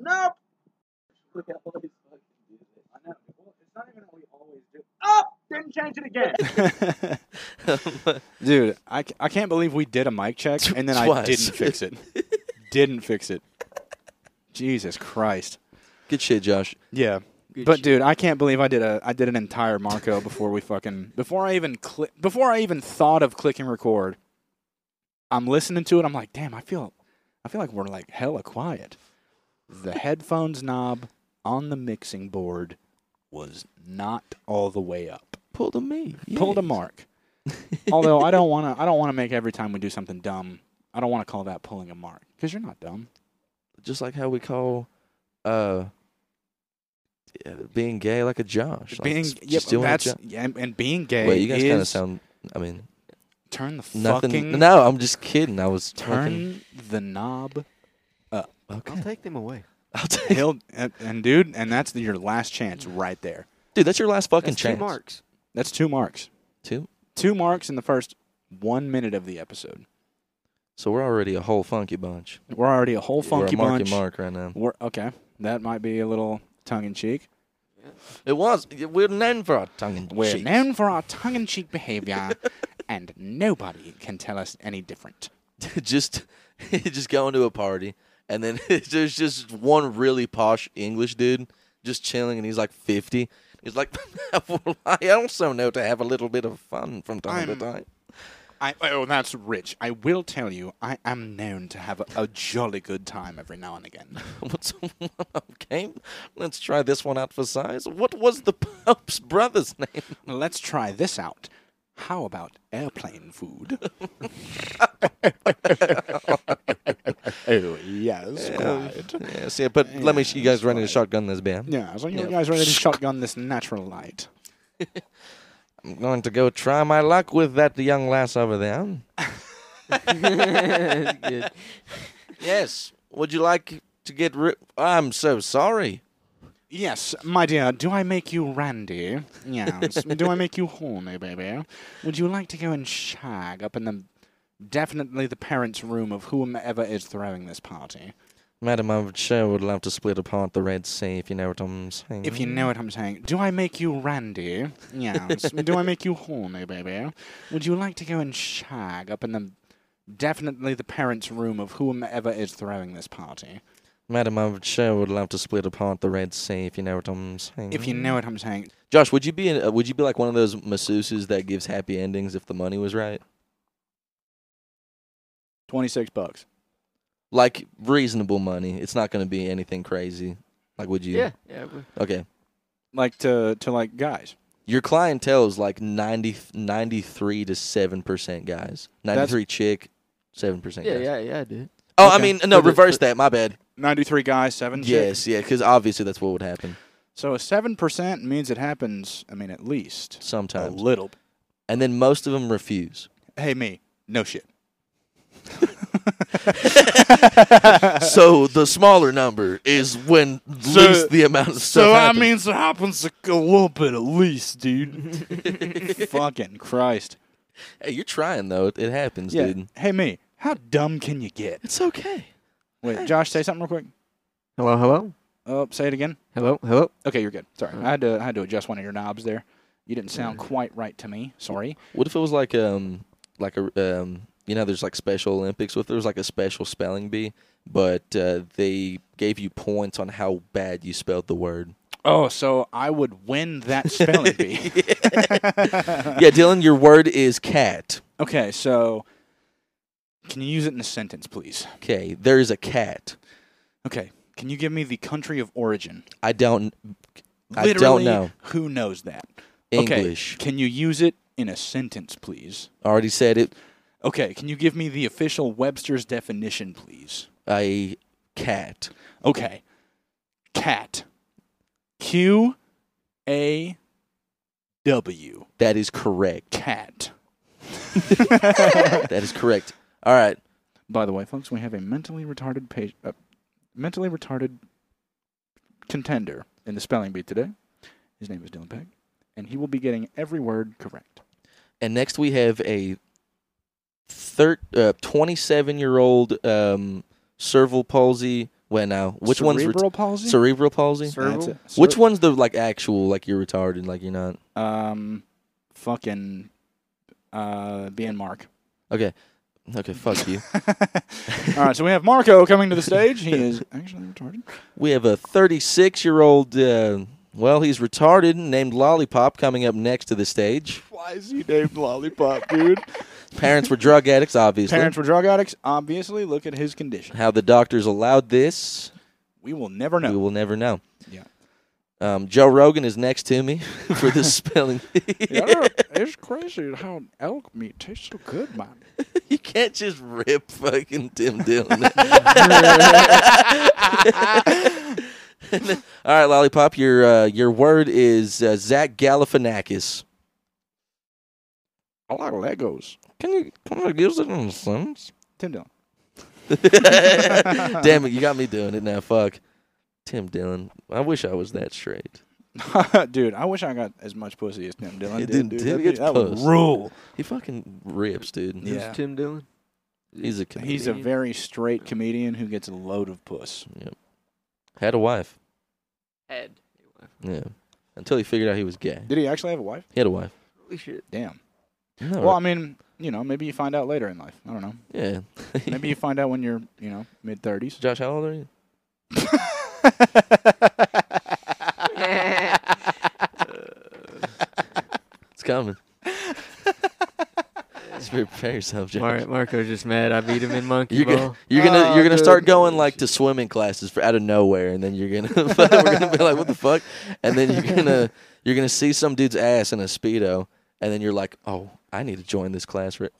Nope. We always fucking do this. I know. Well, it's not even that we always do. Oh, didn't change it again. Dude, I, ca- I can't believe we did a mic check Tw- and then I twice. didn't fix it. didn't fix it. Jesus Christ. Good shit, Josh. Yeah. Good But shit. dude, I can't believe I did a I did an entire Marco before we fucking before I even click before I even thought of clicking record. I'm listening to it. I'm like, damn, I feel I feel like we're like hella quiet. The headphones knob on the mixing board was not all the way up. Pulled a me. Pulled a Yes. mark. Although I don't want to I don't want to make every time we do something dumb. I don't want to call that pulling a mark cuz you're not dumb. Just like how we call uh yeah, being gay like a Josh. Like, being s- yep, just doing a that's jo- yeah, and, and being gay Wait, you guys kind of is- sound. I mean, turn the nothing. fucking No, I'm just kidding. I was fucking- turn the knob up. Okay. I'll take them away. I'll take- He'll and, and dude, and that's your last chance right there. dude, that's your last fucking That's two chance. marks. That's two marks. Two? Two marks in the first one minute of the episode. So we're already a whole funky bunch. We're already a whole funky we're a marky bunch. mark right now. We're okay. That might be a little tongue in cheek. It was. We're known for our tongue and We're cheek. known for our tongue in cheek behavior, and nobody can tell us any different. just just going to a party and then there's just one really posh English dude just chilling and he's like 50. He's like, I also know to have a little bit of fun from I'm- time to time. I, oh, that's rich. I will tell you, I am known to have a, a jolly good time every now and again. What's okay? Let's try this one out for size. What was the Pope's brother's name? Let's try this out. How about airplane food? oh, yes, quite. Yeah, see, but let me. You guys running a shotgun this beer. Yeah, so you Yeah. guys ready to shotgun this natural light? I'm going to go try my luck with that young lass over there. That's good. Yes. Would you like to get ri- I'm so sorry. Yes, my dear, do I make you randy? Yes. do I make you horny, baby? Would you like to go and shag up in the definitely the parents' room of whomever is throwing this party? Madam, I would sure would love to split apart the Red Sea if you know what I'm saying. If you know what I'm saying, do I make you randy? Yes. do I make you horny, baby? Would you like to go and shag up in the definitely the parents' room of whomever is throwing this party? Madam, I would sure would love to split apart the Red Sea if you know what I'm saying. If you know what I'm saying, Josh, would you be in, uh, would you be like one of those masseuses that gives happy endings if the money was right? twenty six bucks. Like reasonable money. It's not going to be anything crazy. Like would you? Yeah, yeah. we- Okay. Like to to like guys. Your clientele is like 90, 93 to 7% guys. 93 chick, 7% guys. Yeah, yeah, yeah, dude. Oh, I Okay. mean, no, But the- reverse but- that. My bad. Ninety three guys, seven chicks. Yes, yeah, because obviously that's what would happen So a seven percent means it happens. I mean, at least a sometimes. little. And then most of them refuse. Hey, me, no shit. so the smaller number is when So- least the amount of stuff. happens. means it happens a little bit at least, dude. Fucking Christ. hey, you're trying though. It, it happens, Yeah. dude. Hey, me, how dumb can you get? It's okay. Wait, Josh, say something real quick. Hello, hello, Oh, say it again. hello, hello. Okay, you're good. Sorry, I had to I had to adjust one of your knobs there. You didn't sound quite right to me. Sorry. What if it was like um like a um you know there's like Special Olympics. What if there was like a special spelling bee, but uh, they gave you points on how bad you spelled the word? Oh, so I would win that spelling bee. yeah, Dylan, your word is cat. okay, so can you use it in a sentence, please? Okay, there is a cat. Okay. Can you give me the country of origin? I don't. I don't Literally, know Who knows that? English. Okay. Can you use it in a sentence, please? Already said it. Okay. Can you give me the official Webster's definition, please? A cat. Okay. Cat. Q A W. That is correct. Cat. that is correct. All right. By the way, folks, we have a mentally retarded patient, uh, mentally retarded contender in the spelling bee today. His name is Dylan Peck, and he will be getting every word correct. And next we have a thir- uh, 27 year old um, cervical palsy. Wait, now which one's ret- cerebral palsy? cerebral palsy? Cer- Cerebral? That's it. which Cer- one's the like actual like you're retarded like you're not? Um, fucking, uh, being Mark. Okay, okay, fuck you. All right, so we have Marco coming to the stage. He is actually retarded. We have a 36 year old. Uh, well, he's retarded named Lollipop coming up next to the stage. Why is he named Lollipop, dude? Parents were drug addicts, obviously. Parents were drug addicts. Obviously, look at his condition. How the doctors allowed this, We will never we know. will never know. Yeah. Um, Joe Rogan is next to me for the spelling. Yeah, I don't- it's crazy how elk meat tastes so good, man. you can't just rip fucking Tim Dillon. All right, Lollipop, your uh, your word is uh, Zach Galifianakis. I like Legos. Can you can you use it in a sentence? Tim Dillon. Damn it, you got me doing it now. Fuck. Tim Dillon. I wish I was that straight. dude, I wish I got as much pussy as Tim Dillon It did. didn't- dude. Tim That'd be- gets that would puss. rule. He fucking rips, dude. Yeah. Who's Tim Dillon? He's a comedian. He's a Comedian. very straight comedian who gets a load of puss. Had a wife. Head. Yeah. Until he figured out he was gay. Did he actually have a wife? He had a wife. Holy shit. Damn. No, Well, I mean, you know, maybe you find out later in life. I don't know. yeah. Maybe you find out when you're, you know, mid thirties. Josh, how old are you? It's coming. Just prepare yourself, Josh. Mar- Marco's just mad. I beat him in monkey You're ball. gonna, you're gonna, Oh, you're gonna dude. start going like to swimming classes for out of nowhere, and then you're gonna, we're gonna be like, what the fuck? And then you're gonna, you're gonna see some dude's ass in a speedo, and then you're like, oh, I need to join this class. For it.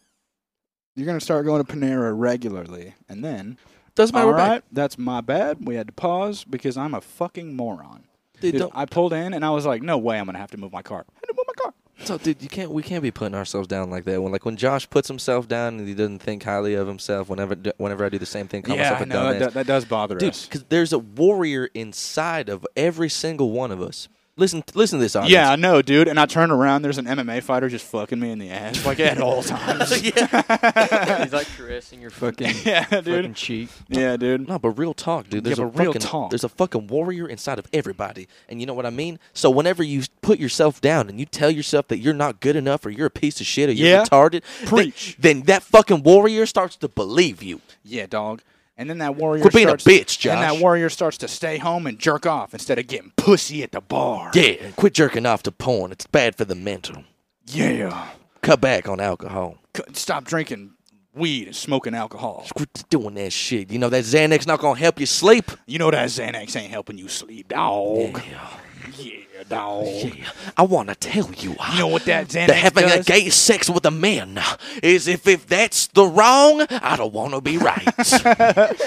You're gonna start going to Panera regularly, and then Doesn't matter. all we're back. right, that's my bad. We had to pause because I'm a fucking moron. Dude, Dude, don't, I pulled in and I was like, no way, I'm gonna have to move my car. I had to move my car. so, dude, you can't. We can't be putting ourselves down like that. When, like, when Josh puts himself down and he doesn't think highly of himself. Whenever, whenever I do the same thing, call myself I a know dumbass. that, that does bother dude, us. because there's a warrior inside of every single one of us. Listen, listen to this audience. Yeah, I know, dude. And I turn around, there's an MMA fighter just fucking me in the ass, like at all times. yeah. He's like caressing your fucking, yeah, fucking dude. cheek. Yeah, dude. No, but real talk, dude. Yeah, There's a but real fucking, talk. There's a fucking warrior inside of everybody, and you know what I mean. So whenever you put yourself down and you tell yourself that you're not good enough or you're a piece of shit or you're Yeah. retarded, then- Preach. Then, that fucking warrior starts to believe you. Yeah, dog. And then that warrior Quit being a starts, bitch, And that Josh. warrior starts to stay home and jerk off instead of getting pussy at the bar. Yeah, quit jerking off to porn. It's bad for the mental. Yeah. Cut back on alcohol. C- Stop drinking weed and smoking alcohol. Quit doing that shit. You know that Xanax not gonna help you sleep. You know that Xanax ain't helping you sleep, dog. Yeah, Yeah, dog. yeah. I wanna tell you. I, You know what that Xanax that having does? a gay sex with a man is if if that's the wrong, I don't want to be right.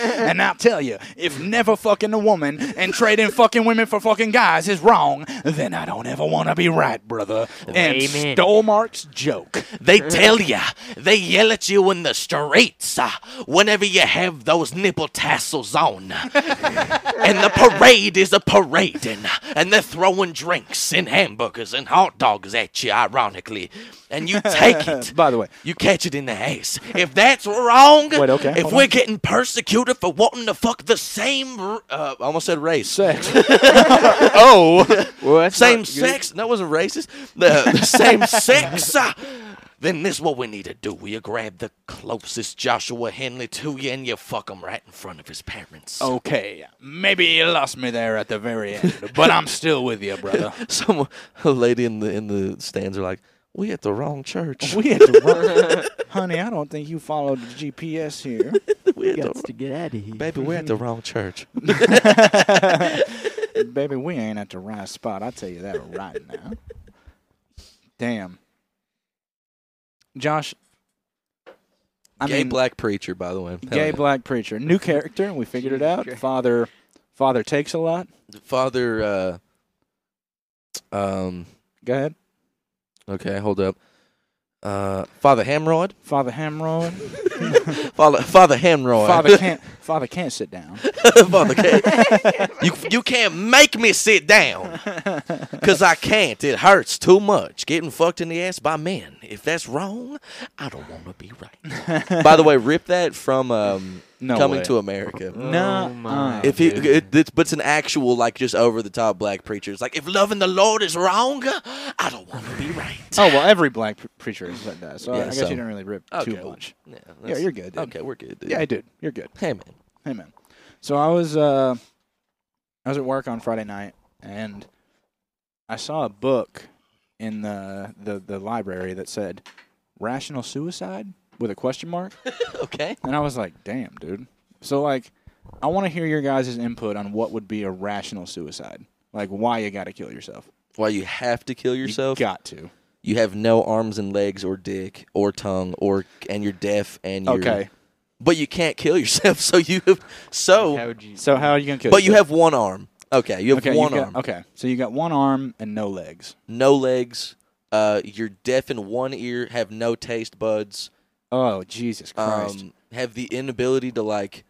And I'll tell you, if never fucking a woman and trading fucking women for fucking guys is wrong, then I don't ever want to be right, brother. And Amen. stole Mark's joke. they tell ya, they yell at you in the streets uh, whenever you have those nipple tassels on, and the parade is a parading, and they're throwing drinks and hamburgers and hot dogs at you, ironically, and you take it. By the way, You catch it in the ass. If that's wrong, Wait, okay, if hold we're on. getting persecuted for wanting to fuck the same, r- uh, I almost said race, sex. oh. Well, that's not same good. sex. That wasn't racist. The, the same sex. uh, then this what we need to do. You grab the closest Joshua Henley to you and you fuck him right in front of his parents. Okay, maybe you lost me there at the very end, but I'm still with you, brother. Some a lady in the in the stands are like, "We at the wrong church. We had to run. Honey, I don't think you followed the GPS here. We at Guts the, to get out of here. baby, we're at the wrong church." Baby, we ain't at the right spot. I tell you that right now. Damn. Josh, I gay mean, black preacher, by the way. Hell gay yeah. black preacher, new character. We figured it out. Jesus. Father, father takes a lot. Father. Uh, um. Go ahead, Okay, hold up. Uh, Father Hamrod. Father Hamrod. Father Father Hamrod. Father can't. Father can't sit down. Father can't. you you can't make me sit down because I can't. It hurts too much getting fucked in the ass by men. If that's wrong, I don't want to be right. by the way, rip that from um No Coming way. to America. Nah, Oh my uh, If he, dude. it, it's, but it's an actual like just over the top black preacher. It's like if loving the Lord is wrong, I don't want to be right. Oh well, every black pre- preacher is like that. So I- Yeah, I guess so- you don't really rip Okay, too well, much. Yeah, Yeah, that's- you're good. Dude. Okay, we're good. Dude. Yeah, dude, you're good. Hey man. Hey man. So I was uh I was at work on Friday night and I saw a book in the the, the library that said rational suicide with a question mark Okay. and I was like, "Damn, dude." So like I want to hear your guys' input on what would be a rational suicide. Like why you got to kill yourself. Why you have to kill You yourself? got to. you have no arms and legs or dick or tongue or and you're deaf and you're Okay. but you can't kill yourself so you have How so would you? So how are you going to kill but you yourself? have one arm okay you have okay, you one got- arm Okay. So you got one arm and no legs. no legs uh you're deaf in one ear have no taste buds Oh, Jesus Christ. um have the inability to like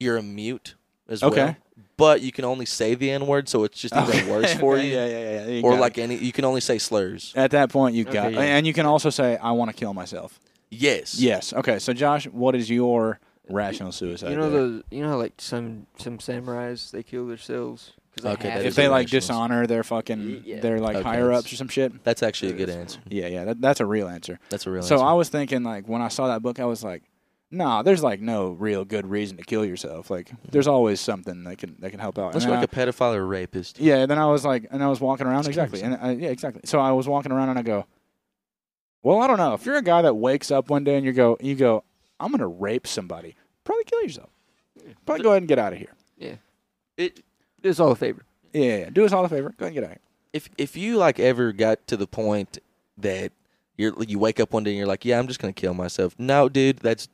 you're a mute as well Okay. but you can only say the n word so it's just even Okay. worse for Okay, you Yeah, yeah, yeah. You or got it. like any you can only say slurs At that point, you've Okay, got, yeah. and you can also say, "I want to kill myself." yes Yes. Okay. So, Josh, what is your rational suicide? You know there? those? You know, how, like some some samurais, they kill themselves because Okay, that if is they like irrational. dishonor their fucking, Yeah. their like Okay, higher ups or some shit. that's actually a good answer Yeah, yeah. That, that's a real answer. that's a real so answer I was thinking, like, when I saw that book, I was like, "Nah, there's like no real good reason to kill yourself. Like, there's always something that can that can help out." unless And you're then like a pedophile or rapist I- yeah. And then I was like, and I was walking around Just kill exactly, and I, yeah, exactly. So I was walking around and I go, "Well, I don't know. If you're a guy that wakes up one day and you go, you go, I'm gonna rape somebody, probably kill yourself. Probably go ahead and get out of here." It, it's all a favor. Yeah, yeah, yeah. Do us all a favor. Go ahead and get out. if if you like ever got to the point that you're you wake up one day and you're like, yeah, I'm just gonna kill myself. No, dude, that's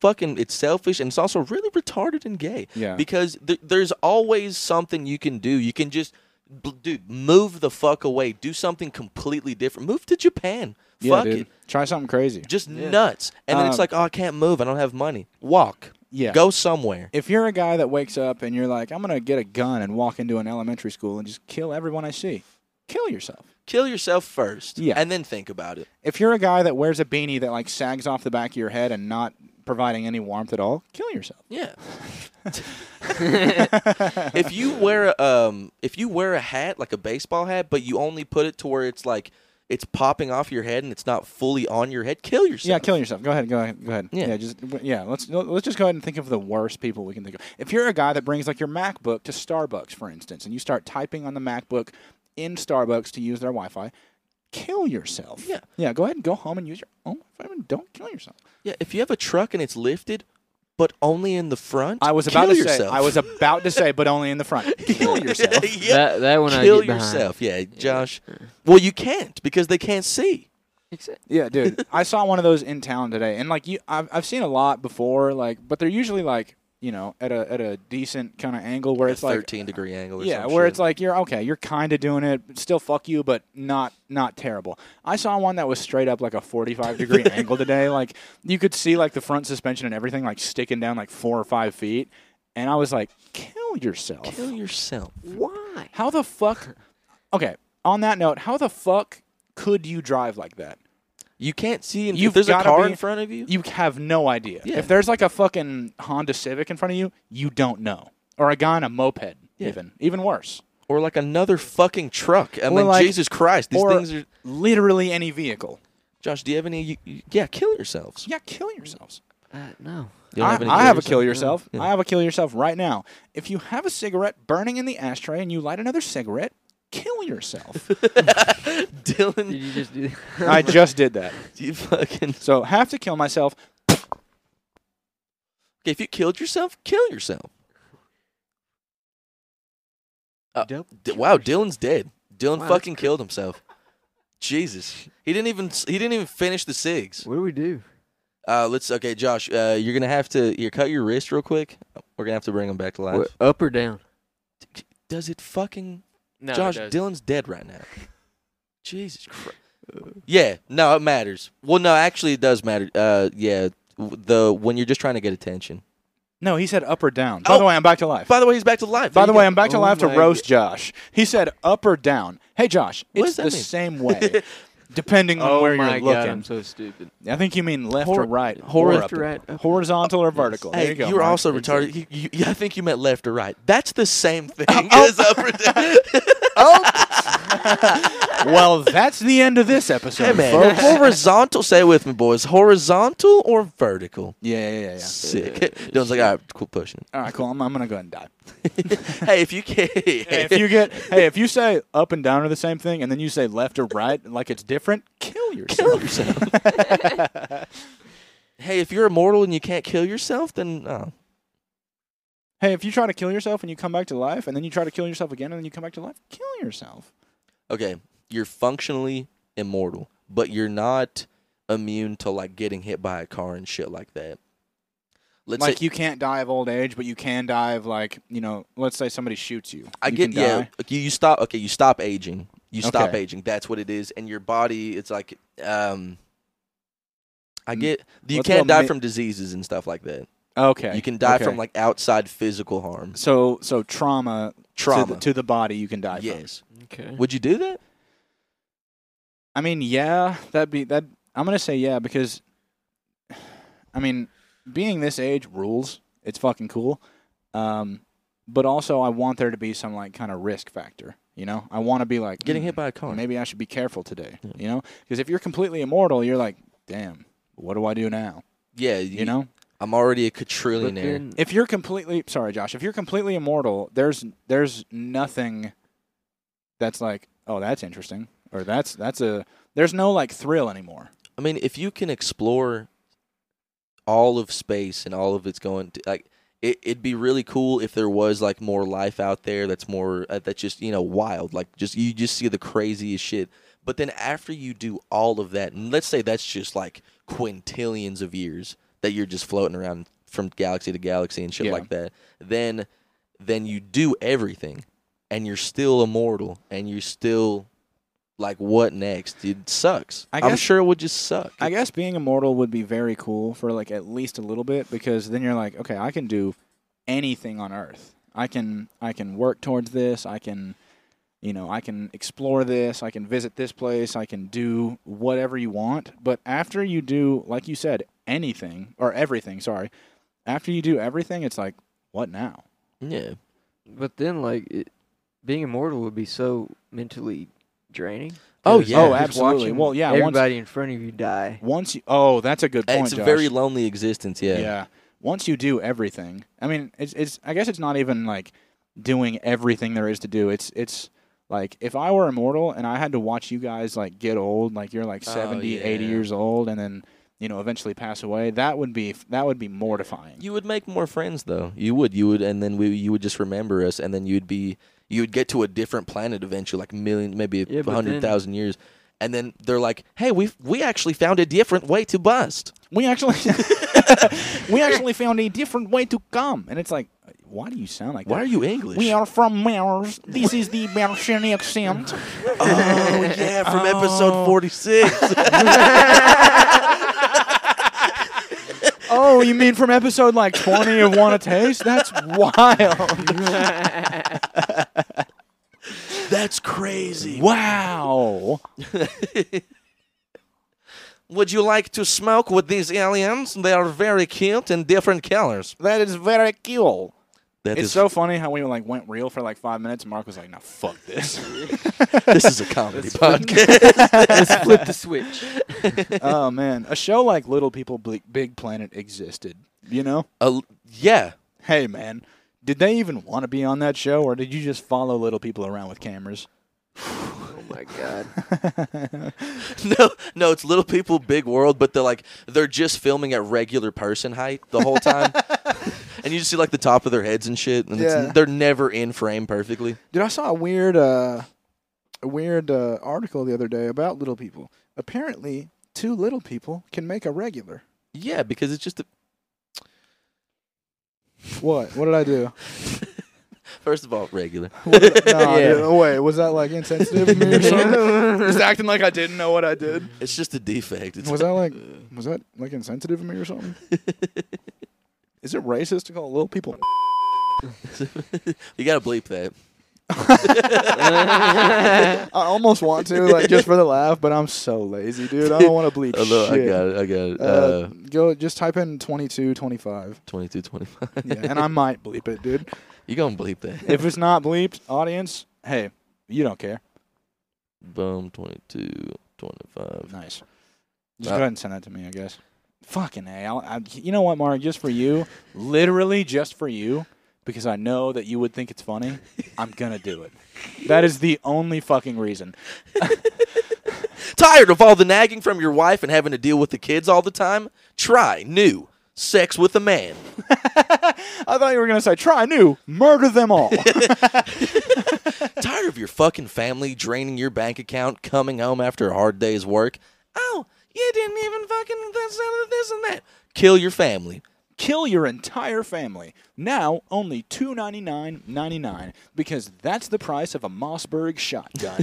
fucking it's selfish and it's also really retarded and gay. Yeah. Because th- there's always something you can do. You can just bl- dude move the fuck away. Do something completely different. Move to Japan. Yeah, fuck dude. it. Try something crazy. Just nuts. And then it's Um, like, oh, I can't move. I don't have money. Walk. Yeah. Go somewhere. If you're a guy that wakes up and you're like, I'm gonna get a gun and walk into an elementary school and just kill everyone I see, kill yourself. Kill yourself first. Yeah. And then think about it. If you're a guy that wears a beanie that like sags off the back of your head and not providing any warmth at all, kill yourself. Yeah. if you wear a um, if you wear a hat like a baseball hat, but you only put it to where it's like it's popping off your head and it's not fully on your head, kill yourself. Yeah, kill yourself. Go ahead. Go ahead. Go ahead. Yeah. yeah. Just yeah. Let's let's just go ahead and think of the worst people we can think of. If you're a guy that brings like your MacBook to Starbucks, for instance, and you start typing on the MacBook in Starbucks to use their Wi-Fi, kill yourself. Yeah. Yeah. Go ahead and go home and use your own Wi-Fi and don't kill yourself. Yeah, if you have a truck and it's lifted, but only in the front, I was about kill to say. yourself. I was about to say, but only in the front. Kill yourself. yeah, That that one I kill get behind. yourself. Yeah, Josh. Well, you can't because they can't see. Exa- Yeah, dude. I saw one of those in town today, and like you, I've I've seen a lot before, like, but they're usually like you know at a at a decent kind of angle where it's like thirteen degree angle. Or yeah, some where shit. it's like you're okay, you're kind of doing it, but still fuck you, but not not terrible. I saw one that was straight up like a 45 degree angle today. Like you could see like the front suspension and everything like sticking down like four or five feet, and I was like, kill yourself. kill yourself. Why? How the fuck? Okay. On that note, how the fuck could you drive like that? You can't see. And if You've there's a gotta car be- in front of you, You have no idea. Yeah. If there's like a fucking Honda Civic in front of you, you don't know. Or a guy on a moped, Yeah. even even worse. or like another fucking truck. I Or mean, like- Jesus Christ, these or things are. literally any vehicle. Josh, do you have any? You, you- yeah, kill yourselves. Yeah, kill yourselves. Uh, no. You don't I, have any I have a yourself? kill yourself. Yeah. I have a kill yourself right now. If you have a cigarette burning in the ashtray and you light another cigarette, kill yourself. Did Dylan, you just do? That? I just did that. you fucking. Okay, So have to kill myself. if you killed yourself, kill yourself. Uh, Nope. D- wow, Dylan's dead. Dylan Wow, fucking killed himself. Jesus, he didn't even s- he didn't even finish the cigs. What do we do? Uh, let's okay, Josh. Uh, you're gonna have to you cut your wrist real quick. We're gonna have to bring him back to life. What, up or down? Does it fucking No, Josh, Dylan's dead right now. Jesus Christ. Yeah, no, it matters. Well, no, actually, it does matter. Uh, yeah, w- the when you're just trying to get attention. No, he said up or down. By the Oh. way, I'm back to life. By the way, he's back to life. By There the you way, go. I'm back to Oh life to my roast Josh. He said up or down. Hey, Josh, What it's does that the mean? same way. depending on oh where my you're god, I'm looking. so stupid. I think you mean left or Hor- right. Hor- Left or right? up. horizontal or Yes. vertical. Hey, there you Oh, go. were Mark. also Exactly. retarded. You, you, yeah, I think you meant left or right. That's the same thing. as upper- well, that's the end of this episode, hey man, folks. horizontal. Say it with me, boys. Horizontal or vertical? Yeah, yeah, yeah. yeah. Sick. Yeah, Dylan's like, all right, cool pushing. All right, cool. I'm, I'm gonna go ahead and die. hey, if you can, Hey, if you get, hey, if you say up and down are the same thing, and then you say left or right like it's different, kill yourself. kill yourself. hey, if you're immortal and you can't kill yourself, then oh, Hey, if you try to kill yourself and you come back to life, and then you try to kill yourself again, and then you come back to life, kill yourself. okay, you're functionally immortal, but you're not immune to like getting hit by a car and shit like that. Let's like say, you can't die of old age, but you can die of like you know, let's say somebody shoots you. I You get can yeah. die. like, You, you stop. Okay, you stop aging. You stop Okay. aging. That's what it is. And your body, it's like um. I Mm. get you Let's can't go die mi- from diseases and stuff like that. Okay. You can die okay. from like outside physical harm, so so trauma trauma. to the, to the body. You can die. from. yes. Okay. Would you do that? I mean, yeah, that'd be that. I'm gonna say yeah because, I mean, being this age rules. It's fucking cool, um, but also I want there to be some like kind of risk factor. You know, I want to be like Getting hit "Hmm, by a car. Maybe I should be careful today. Yeah. You know, because if you're completely immortal, you're like, damn, what do I do now? Yeah, You know, I'm already a But quadrillionaire. then- if you're completely sorry, Josh, if you're completely immortal, there's there's nothing that's like, oh, that's interesting, or that's that's a there's no like thrill anymore. I mean, if you can explore all of space and all of it's going to like it, it'd be really cool if there was like more life out there that's more uh, that's just you know wild like just you just see the craziest shit but then after you do all of that and let's say that's just like quintillions of years that you're just floating around from galaxy to galaxy and shit Yeah. like that then then you do everything and you're still immortal and you're still like what next it sucks I i'm guess- sure it would just suck I guess being immortal would be very cool for like at least a little bit because then you're like, okay, I can do anything on earth. I can I can work towards this. I can you know, I can explore this, I can visit this place, I can do whatever you want. But after you do like you said, anything or everything, sorry. After you do everything, it's like what now? yeah But then, like, it, being immortal would be so mentally draining. Oh, 'cause yeah. Oh, just absolutely. watching Well, yeah, once- Everybody in front of you die. Once you Oh, that's a good point. it's a Josh. very lonely existence. Yeah. Yeah. Once you do everything, I mean, it's it's. I guess it's not even like doing everything there is to do. It's it's like if I were immortal and I had to watch you guys like get old, like you're like Oh, 70, yeah. 80 years old, and then you know eventually pass away. That would be that would be mortifying. You would make more friends though. You would. You would, and then we. You would just remember us, and then you'd be. You would get to a different planet eventually, like million, maybe Yeah, a but hundred thousand years, and then they're like, "Hey, we we actually found a different way to bust." we actually we actually found a different way to come, and it's like, why do you sound like Why are that? you English? We are from Mars. This is the Martian accent. Oh yeah, from episode forty six. Oh, you mean from episode like 20 of Want to Taste? That's wild. That's crazy. Wow. Would you like to smoke with these aliens? They are very cute and different colors. That is very cool. That It's is- so funny how we like went real for like five minutes and Mark was like, no, fuck this. this is a comedy podcast. Let's flip the switch. oh man. A show like Little People Big, Big Planet existed. You know? Uh, yeah. Hey man. Did they even want to be on that show or did you just follow little people around with cameras? Oh my god. No, no, it's little people, big world, but they're like they're just filming at regular person height the whole time, and you just see like the top of their heads and shit, and Yeah. it's, they're never in frame perfectly. Dude, I saw a weird, uh, a weird uh, article the other day about little people. Apparently, two little people can make a regular. Yeah, because it's just the, What? What did I do? first of all regular. What did I- no, I Yeah. didn't. wait. Was that like insensitive of me or something? Just acting like I didn't know what I did. It's just a defect. It's Was that like? Was that like insensitive of me or something? Is it racist to call little people? you gotta bleep that. I almost want to, like, just for the laugh, but I'm so lazy, dude. I don't want to bleep Oh, no, I shit. got it. I got it. Uh, Uh, go just type in 22, 25. 22, 25. Yeah, and I might bleep it, dude. you gonna bleep that? If it's not bleeped, audience, hey, you don't care. Boom, 22, 25. Nice. Just Uh, go ahead and send that to me, I guess. Fucking A. I'll, I, you know what, Mark? Just for you, literally just for you, because I know that you would think it's funny, I'm going to do it. That is the only fucking reason. Tired of all the nagging from your wife and having to deal with the kids all the time? Try new sex with a man. I thought you were going to say, try new, murder them all. Tired of your fucking family draining your bank account, coming home after a hard day's work? Oh, you didn't even fucking this, uh, this and that. Kill your family. Kill your entire family. Now, only two ninety nine ninety nine, because that's the price of a Mossberg shotgun.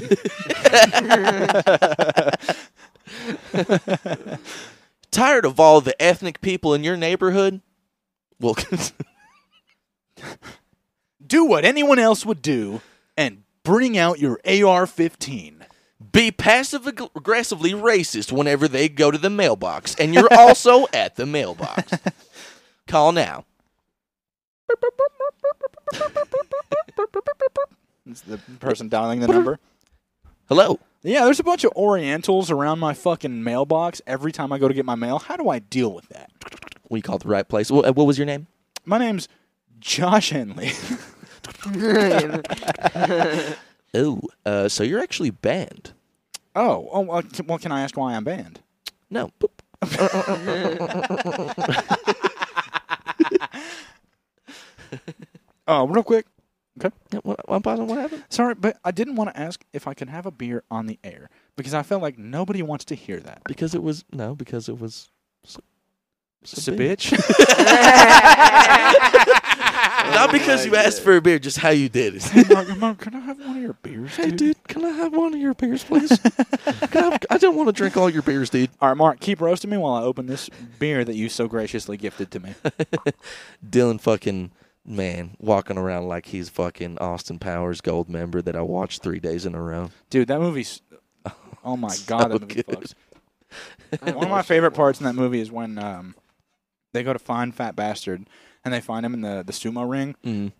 Tired of all the ethnic people in your neighborhood? Well, do what anyone else would do and bring out your AR 15. be passive ag- aggressively racist whenever they go to the mailbox, and you're also at the mailbox. Call now. It's the person dialing the number. Hello. Yeah, there's a bunch of Orientals around my fucking mailbox every time I go to get my mail. How do I deal with that? We called the right place. What, what was your name? My name's Josh Henley. Oh, uh, so you're actually banned. oh, oh well, can, well, can I ask why I'm banned? No. Oh, real quick. Okay. No, What, what, what happened? Sorry, but I didn't want to ask if I could have a beer on the air because I felt like nobody wants to hear that. Because it was no. Because it was. It's a a bitch. bitch. Not because you asked for a beer, just how you did it. Hey, Mark, Mark, can I have one of your beers, hey, dude, can I have one of your beers, please? can I, have, I don't want to drink all your beers, dude. All right, Mark, keep roasting me while I open this beer that you so graciously gifted to me. Dylan fucking man walking around like he's fucking Austin Powers gold member that I watched three days in a row. Dude, that movie's. Oh my god, that movie good. fucks. One of my favorite parts in that movie is when um, they go to find Fat Bastard and they find him in the, the sumo ring, Mm.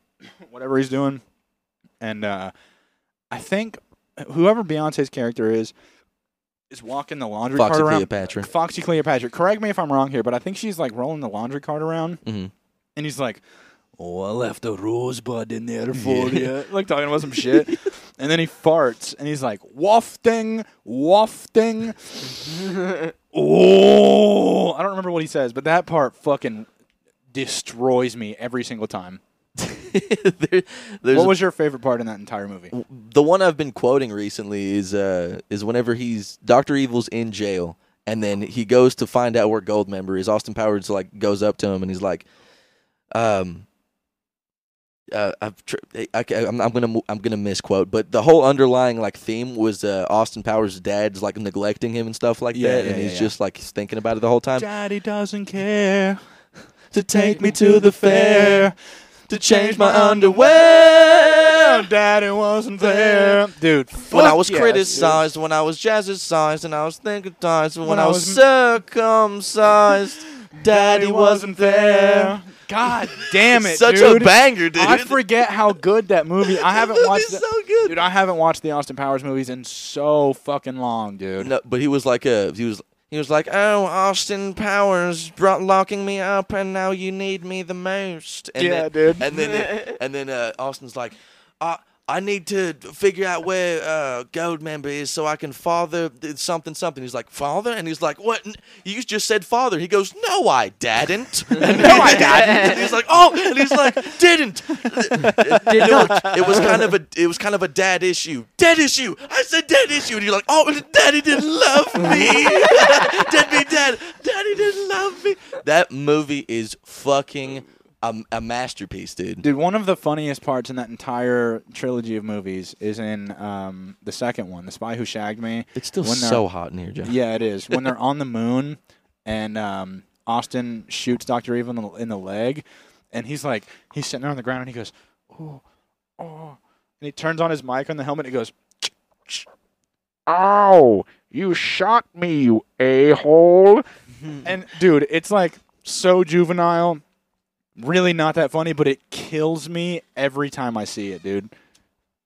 whatever he's doing. And uh, I think whoever Beyonce's character is is walking the laundry Foxy cart around. Cleopatra. Foxy Cleopatra. Correct me if I'm wrong here, but I think she's like rolling the laundry cart around. Mm-hmm. And he's like, Oh, I left a rosebud in there for you. Like talking about some shit. and then he farts and he's like, Wafting, wafting. oh, I don't remember what he says, but that part fucking destroys me every single time. there, there's What a- was your favorite part in that entire movie? the one I've been quoting recently is uh is whenever he's Doctor Evil's in jail and then he goes to find out where Goldmember is. Austin Powers like goes up to him and he's like, um. Uh, I've tr- I, I, I'm, I'm gonna mo- I'm gonna misquote, but the whole underlying like theme was uh, Austin Powers' dad's like neglecting him and stuff like Yeah, that, yeah, and yeah, he's yeah. just like he's thinking about it the whole time. Daddy doesn't care To to Daddy wasn't there. Dude, when I fuck was yes, dude. criticized, when I was jazzercised, and I was thinkatized, when, When I I was was- circumcised, Daddy wasn't there. God damn it, Such dude. a banger, dude. I forget how good that movie. I haven't That watched. movie's the- so good. dude, I haven't watched the Austin Powers movies in so fucking long, dude. No, but he was like a he was he was like, oh, Austin Powers brought locking me up, and now you need me the most. And Yeah, then, dude. And then and then uh, Austin's like, I I need to figure out where uh, Goldmember is so I can father th- something something. He's like, father, and he's like, what? N- You just said father. He goes, no, I didn't. no, I didn't. And he's like, oh, and he's like, didn't. Did No, not. it was kind of a it was kind of a dad issue. Dad issue. I said dad issue, and you're like, oh, daddy didn't love me. dad be dad. Daddy didn't love me. That movie is fucking a, a masterpiece, dude. Dude, one of the funniest parts in that entire trilogy of movies is in um, the second one, "The Spy Who Shagged Me." It's still when they're- so hot in here, John. Yeah, it is. When they're on the moon and um, Austin shoots Dr. Evil in the, in the leg, and he's like, he's sitting there on the ground and he goes, oh, oh, and he turns on his mic on the helmet and it goes, Ow, you shot me, you a hole. and dude, it's like so juvenile. Really not that funny, but it kills me every time I see it, dude.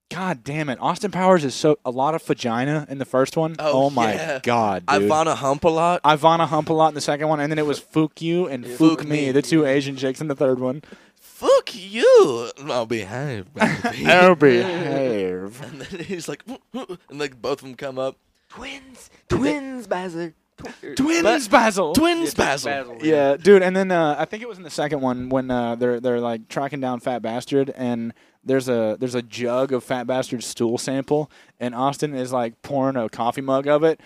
God damn it. Austin Powers is so a lot of vagina in the first one. Oh, my yeah. god, dude. Ivana Hump a lot. Ivana Hump a lot in the second one, and then it was Fook You and Fook, Fook me, Me. the two Asian chicks in the third one. Fuck you. I'll behave. baby. behave. and then he's like, and like both of them come up. Twins, twins, Basil. Tw- Twins, Basil. Twins, Basil. Yeah, dude, and then uh, I think it was in the second one when uh, they're they're like tracking down Fat Bastard, and there's a there's a jug of Fat Bastard's stool sample, and Austin is like pouring a coffee mug of it,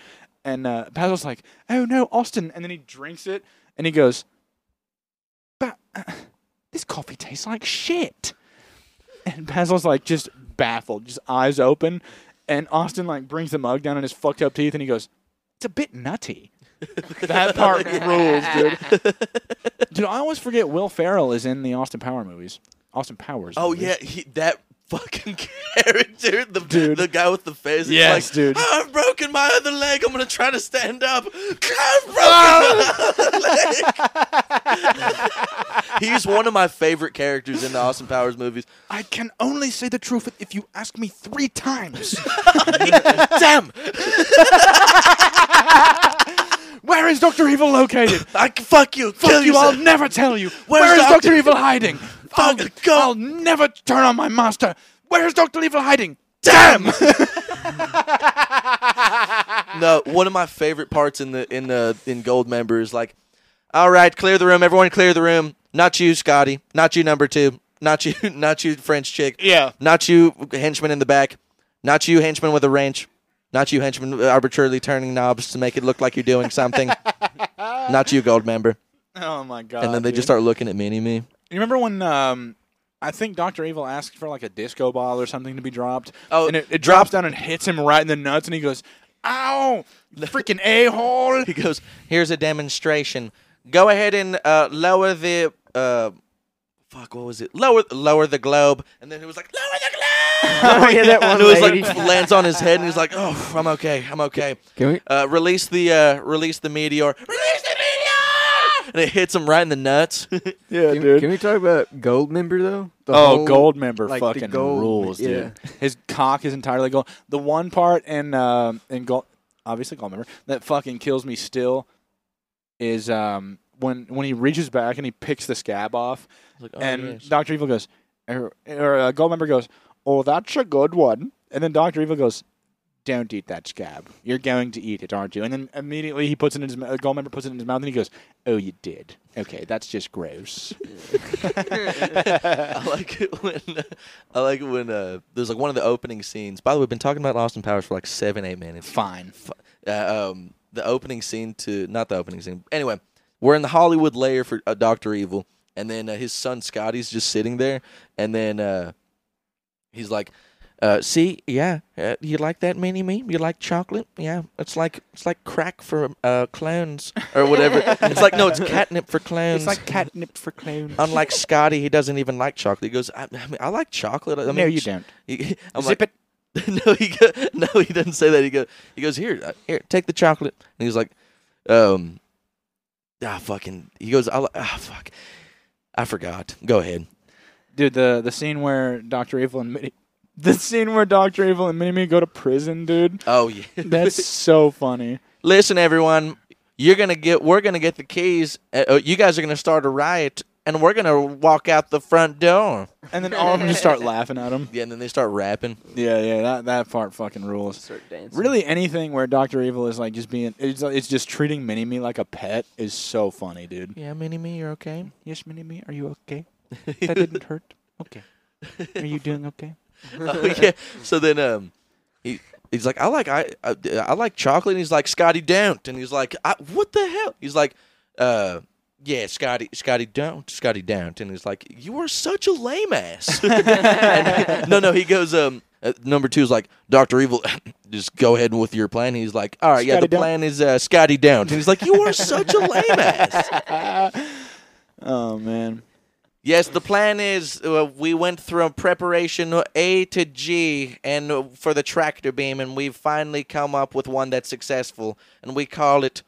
and uh, Basil's like, "Oh no, Austin!" And then he drinks it, and he goes, "But uh, this coffee tastes like shit," and Basil's like just baffled, just eyes open, and Austin like brings the mug down on his fucked up teeth, and he goes, "It's a bit nutty." that part rules, dude. Dude, I always forget Will Ferrell is in the Austin Power movies. Austin Powers. Oh movies. yeah, he, that fucking character, the Dude. the guy with the face. is Yes, like, dude. "Oh, I've broken my other leg. I'm gonna try to stand up. I've broken my other leg. He's one of my favorite characters in the Austin Powers movies. I can only say the truth if you ask me three times. Damn, Where is Doctor Evil located? I can fuck you. Fuck kill you! I'll yourself. never tell you. Where's Where is Doctor Dr. Evil hiding? I'll, Fuck, go. I'll never turn on my master. Where is Doctor Evil hiding? Damn! No, one of my favorite parts in the in the in Gold Member is like, all right, clear the room, everyone, clear the room. Not you, Scotty. Not you, number two. Not you, not you, French chick. yeah. Not you, henchman in the back. Not you, henchman with a wrench. Not you, henchman arbitrarily turning knobs to make it look like you're doing something. Not you, gold member. Oh my god. And then they dude. just start looking at mini me. You remember when um, I think Doctor Evil asked for like a disco ball or something to be dropped? Oh, and it, it drops down and hits him right in the nuts, and he goes, "Ow, freaking a hole!" He goes, "Here's a demonstration. Go ahead and uh, lower the uh, fuck. What was it? Lower, lower the globe." And then he was like, "Lower the globe." oh yeah, that And one it was lady. like lands on his head, and he's like, "Oh, I'm okay. I'm okay." Can we? Uh, release the uh, release the meteor. Release the meteor! And it hits him right in the nuts. Yeah, Can, can we talk about gold member though? The Oh, whole- gold member like, the fucking gold- rules, dude. His cock is entirely gold. The one part in um in gold, obviously gold member, that fucking kills me still is um when when he reaches back and he picks the scab off, Like, oh, and yes. Doctor Evil goes, or, or uh, gold member goes, "Oh, that's a good one," and then Doctor Evil goes. Don't eat that scab. You're going to eat it, aren't you? And then immediately he puts it in his mouth. Gold member puts it in his mouth, and he goes, "Oh, you did. Okay, that's just gross." I like it when I like it when uh, there's like one of the opening scenes. By the way, we've been talking about Austin Powers for like seven, eight minutes. Fine. Uh, um, the opening scene to not the opening scene. Anyway, we're in the Hollywood layer for uh, Doctor Evil, and then uh, his son Scotty's just sitting there, and then uh, he's like. Uh, see, yeah, uh, you like that mini me? You like chocolate? Yeah, it's like it's like crack for uh, clones or whatever. it's like no, it's catnip for clones. It's like catnip for clowns. Unlike Scotty, he doesn't even like chocolate. He goes, I, I mean, I like chocolate. I mean, no, you ch- don't. he- I'm Zip like, it. no, he go, no, he doesn't say that. He goes, he goes here, uh, here, take the chocolate. And he's like, um, ah, fucking. He goes, I, li- ah, fuck, I forgot. Go ahead. Dude, the the scene where Doctor Evil and Minnie, the scene where Doctor Evil and Minnie Me go to prison, dude. Oh yeah. That's so funny. Listen, everyone, you're gonna get. We're gonna get the keys. Uh, uh, you guys are gonna start a riot, and we're gonna walk out the front door. And then all of them just start laughing at him. Yeah, and then they start rapping. Yeah, yeah, that that part fucking rules. Start dancing. Really, anything where Doctor Evil is like just being, it's, it's just treating Minnie Me like a pet is so funny, dude. Yeah, mini me, you're okay. Yes, Minnie Me, are you okay? That didn't hurt. Okay. Are you doing okay? oh, yeah. So then um, he he's like, I like I, I I like chocolate. And he's like, Scotty don't. And he's like, I, what the hell? He's like, uh. Yeah, Scotty, Scotty, don't, Scotty, don't, and he's like, "You are such a lame ass." And he- no, no, he goes. Um, uh, number two's like, "Doctor Evil, just go ahead with your plan." He's like, "All right, yeah, Scotty the Don't. plan is uh, Scotty, don't," and he's like, "You are such a lame ass." Oh man. Yes, the plan is uh, we went from preparation A to G and uh, for the tractor beam, and we've finally come up with one that's successful, and we call it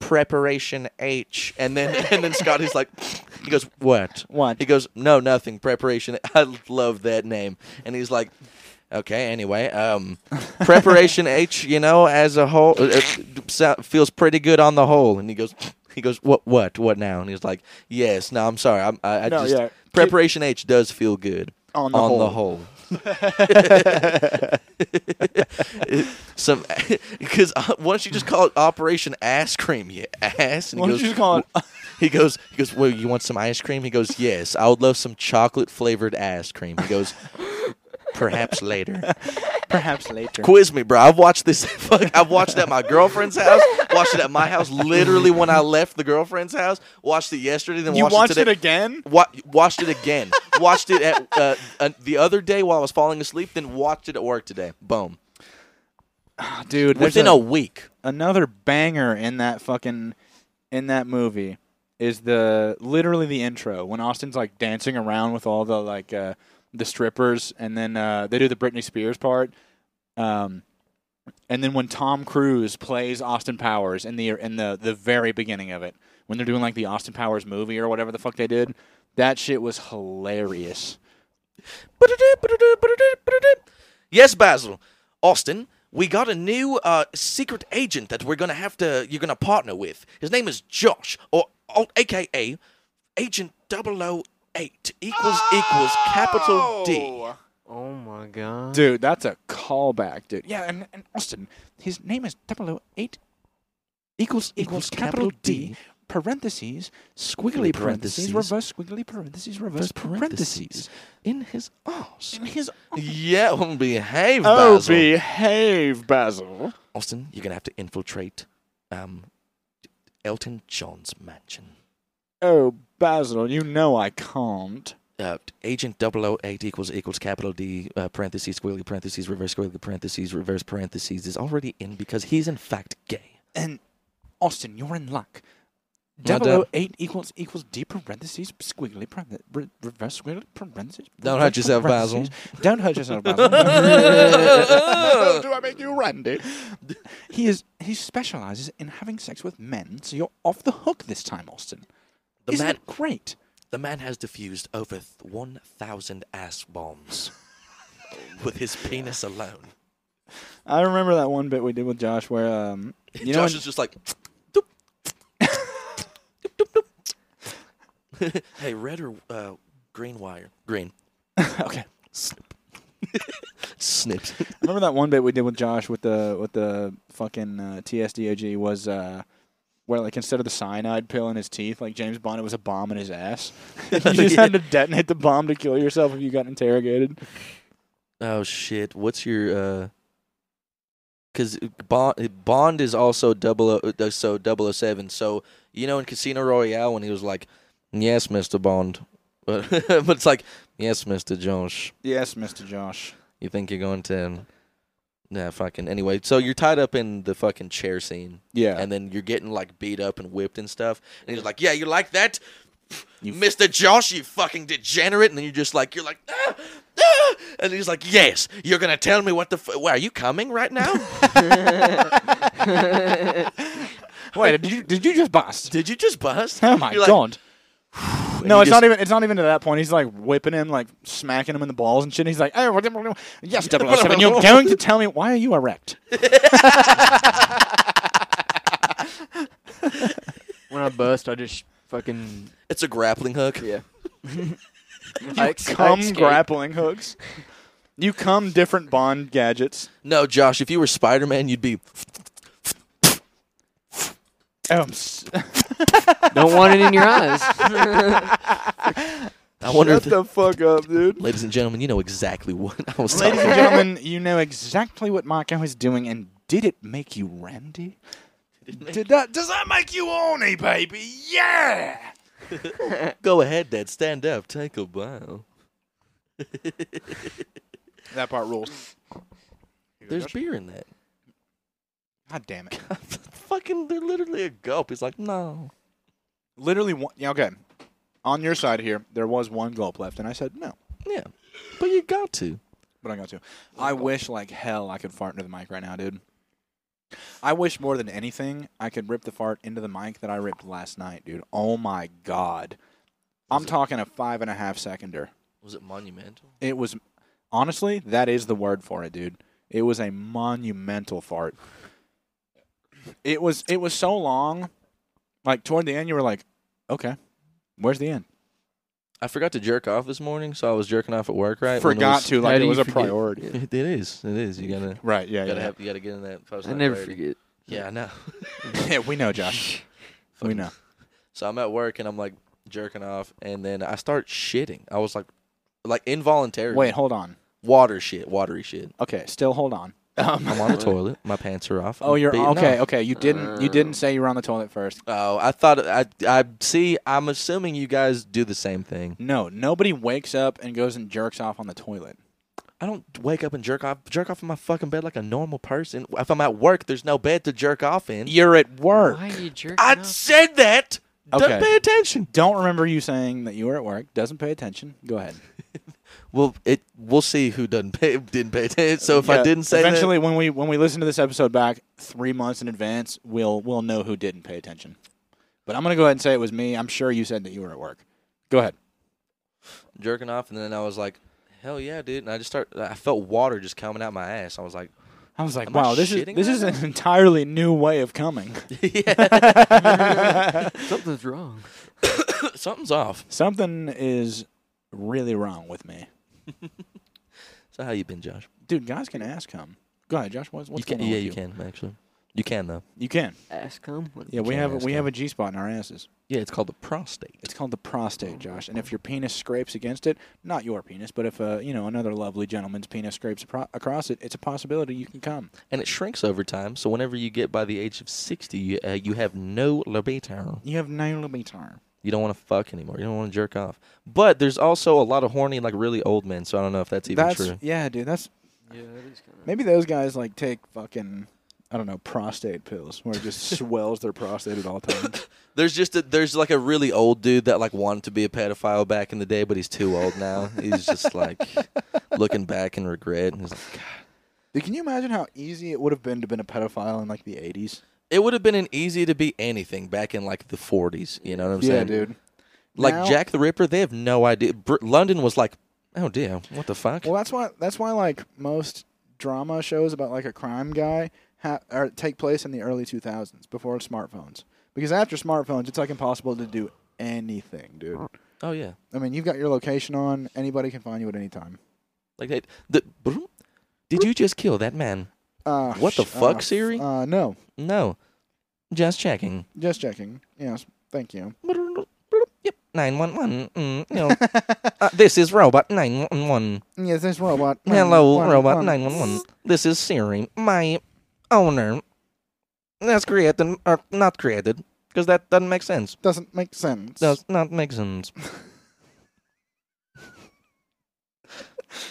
preparation H. And then and then Scott is like, he goes, what? What? He goes, no, nothing. Preparation. I love that name. And he's like. Okay. Anyway, um, preparation H, you know, as a whole, uh, uh, so- feels pretty good on the whole. And he goes, he goes, what, what, what now? And he's like, yes. No, I'm sorry. I'm, I, I No, just yeah. preparation H does feel good On the whole. whole. Some because uh, why don't you just call it Operation Ass Cream, you ass? And Why don't he goes, you just call it- "W- He goes, he goes. Well, you want some ice cream? He goes, yes. I would love some chocolate flavored ass cream. He goes, perhaps later. Perhaps later. Quiz me, bro. I've watched this. Fuck, I've watched it at my girlfriend's house. Watched it at my house. Literally when I left the girlfriend's house. Watched it yesterday. Then You watched, watched it it today again? wa- watched it again. watched it at uh, uh, the other day while I was falling asleep. Then watched it at work today. Boom. Dude, there's Within a- a, week. another banger in that fucking in that movie is the literally the intro when Austin's like dancing around with all the like uh, the strippers, and then uh, they do the Britney Spears part, um, and then when Tom Cruise plays Austin Powers in the in the the very beginning of it when they're doing like the Austin Powers movie or whatever the fuck they did, that shit was hilarious. Yes, Basil, Austin. We got a new uh, secret agent that we're gonna have to. You're gonna partner with. His name is Josh, or, or AKA Agent 008 equals equals capital D. Oh my god. Dude, that's a callback, dude. Yeah, and, and Austin, his name is 008 equals equals capital D parentheses squiggly Squiggly parentheses, parentheses reverse squiggly parentheses reverse parentheses. in his arse. In his Yeah, well, behave, oh, Basil. behave, Basil. Austin, you're gonna have to infiltrate um, Elton John's mansion. Oh, Basil, you know I can't. Uh, Agent 008 equals equals capital D uh, parentheses squiggly parentheses reverse squiggly parentheses reverse parentheses is already in because he's in fact gay. And Austin, you're in luck. No, duh. 008 equals equals D parentheses squiggly parentheses reverse squiggly parentheses. Don't reverse hurt yourself, Basil. parentheses. Don't hurt yourself, Basil. Do I make you randy? He is he specializes in having sex with men, so you're off the hook this time, Austin. The Isn't man, it great? the man has diffused over th- 1,000 ass bombs with his penis alone. I remember that one bit we did with Josh where um you know Josh when- is just like. doop, doop, doop, doop. hey, red or uh, green wire? Green. okay. Snip. Snips. Remember that one bit we did with Josh with the with the fucking uh, TSDOG was uh, where like instead of the cyanide pill in his teeth, like James Bond, it was a bomb in his ass. you just had to detonate the bomb to kill yourself if you got interrogated. Oh shit! What's your uh? Because Bond Bond is also double o- uh, so 007. So you know in Casino Royale when he was like, "Yes, Mister Bond," but but it's like, "Yes, Mister Jones." Yes, Mister Josh. You think you're going to? Nah, fucking. Anyway, so you're tied up in the fucking chair scene, Yeah, and then you're getting like beat up and whipped and stuff. And he's like, "Yeah, you like that?" You f- Mr. Josh, you fucking degenerate. And then you're just like, you're like, ah, ah. And he's like, yes, you're going to tell me what the f- Where, are you coming right now? wait, did you did you just bust? Did you just bust? Oh my You're like- god! And No, you it's just- not even it's not even to that point. He's like whipping him, like smacking him in the balls and shit. He's like, oh, yes, 007, you're going to tell me why are you erect? When I bust, I just fucking e-" It's a grappling hook. yeah. You ex- I come escape. grappling hooks. You come different Bond gadgets. No, Josh, if you were Spider Man, you'd be. Oh, I'm s- Don't want it in your eyes. I wonder if. the fuck up, dude. Ladies and gentlemen, you know exactly what I was Ladies talking and gentlemen, you know exactly what Marco is doing, and did it make you randy? Did that? Does that make you horny, baby? Yeah. Go ahead, Dad. Stand up. Take a bow. That part rules. There's beer in that. God damn it! Fucking, they're literally a gulp. He's like, no. Literally one. Yeah, okay. on your side here, there was one gulp left, and I said no, Yeah, but you got to. but I got to. I wish like hell I could fart into the mic right now, dude. I wish more than anything I could rip the fart into the mic that I ripped last night, dude. Oh my god, I'm talking a five and a half seconder. Was it monumental? It was honestly, that is the word for it, dude. It was a monumental fart. It was it was so long. Like toward the end you were like, Okay, where's the end? I forgot to jerk off this morning, so I was jerking off at work. Right, when it Forgot was- to, How like do it you was a forget? priority. It is. It is. You gotta. Right, yeah, You gotta yeah. have. You gotta get in that post. I never forget. Yeah, I know. yeah, we know, Josh. we Fucking- know. So I'm at work and I'm like jerking off, and then I start shitting. I was like, like involuntary. Wait, hold on. water shit, watery shit. Okay, still hold on. Um, I'm on the toilet. My pants are off. oh, I'm you're beaten okay. up. Okay, you didn't you Uh. didn't say you were on the toilet first. Oh, I thought I. I see. I'm assuming you guys do the same thing. No, nobody wakes up and goes and jerks off on the toilet. I don't wake up and jerk off. Jerk off in my fucking bed like a normal person. If I'm at work, there's no bed to jerk off in. You're at work. Why are you jerking I off? said that. Okay. Don't pay attention. Don't remember you saying that you were at work. Doesn't pay attention. Go ahead. Well, it. We'll see who doesn't pay. Didn't pay attention. So if I Yeah, didn't say eventually when we when we listen to this episode back three months in advance, we'll we'll know who didn't pay attention. But I'm gonna go ahead and say it was me. I'm sure you said that you were at work. Go ahead. that, jerking off, and then I was like, hell yeah, dude. And I just start. I felt water just coming out my ass. I was like, I was like, Am I wow, this is shitting this right is now? an entirely new way of coming. yeah, Something's wrong. something's off. Something is really wrong with me, So how you been, Josh? dude. Guys can ask him. Go ahead, Josh. What's, what's you can. going on Yeah, with you can actually. You can though. You can. Ass come. Yeah, we can have a, ask we him. have a G spot in our asses. Yeah, it's called the prostate. It's called the prostate, Josh. And if your penis scrapes against it, not your penis, but if uh, you know another lovely gentleman's penis scrapes apro- across it, it's a possibility you can come. and it shrinks over time. So whenever you get by the age of sixty, you, uh, you have no libido. You have no libido. You don't want to fuck anymore. You don't want to jerk off. But there's also a lot of horny, like really old men. So I don't know if that's even That's true. yeah, dude. That's Yeah, that is kind maybe those guys like take fucking I don't know prostate pills where it just swells their prostate at all times. There's just a, there's like a really old dude that like wanted to be a pedophile back in the day, but he's too old now. he's just like looking back in regret. And he's like, God. Dude, can you imagine how easy it would have been to been a pedophile in like the eighties? It would have been an easy to be anything back in like the 40s. You know what I'm Yeah, saying? dude. Like Now- Jack the Ripper, they have no idea. Br- London was like, oh dear, what the fuck? Well, that's why. That's why like most drama shows about like a crime guy ha- or take place in the early two thousands before smartphones. Because after smartphones, it's like impossible to do anything, dude. Oh yeah. I mean, you've got your location on. Anybody can find you at any time. Like that. The, broom? did you just kill that man? Uh, What the sh- fuck, uh, Siri? Uh, no, No, just checking. just checking. Yes, thank you. Broom, broom. Yep, nine one one. No, uh, this is robot nine one one. Yes, this robot. Hello, One, robot one. nine one one. This is Siri, my owner. That's created or not created because that doesn't make sense. Doesn't make sense. Does not make sense.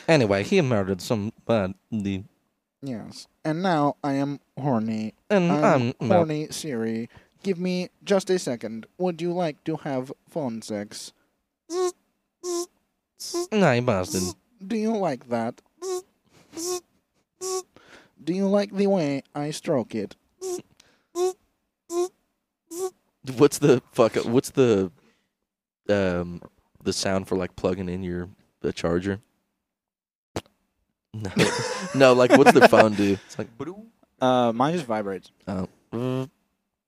anyway, he murdered somebody, Yes. And now I am horny. and I'm I'm, not. horny, Um, Siri. Give me just a second. Would you like to have phone sex? Nah, Boston. Do you like that? Do you like the way I stroke it? What's the fuck? What's the um the sound for like plugging in your uh, charger? No, no. Like, what's the phone do? It's like Uh, mine just vibrates. Oh.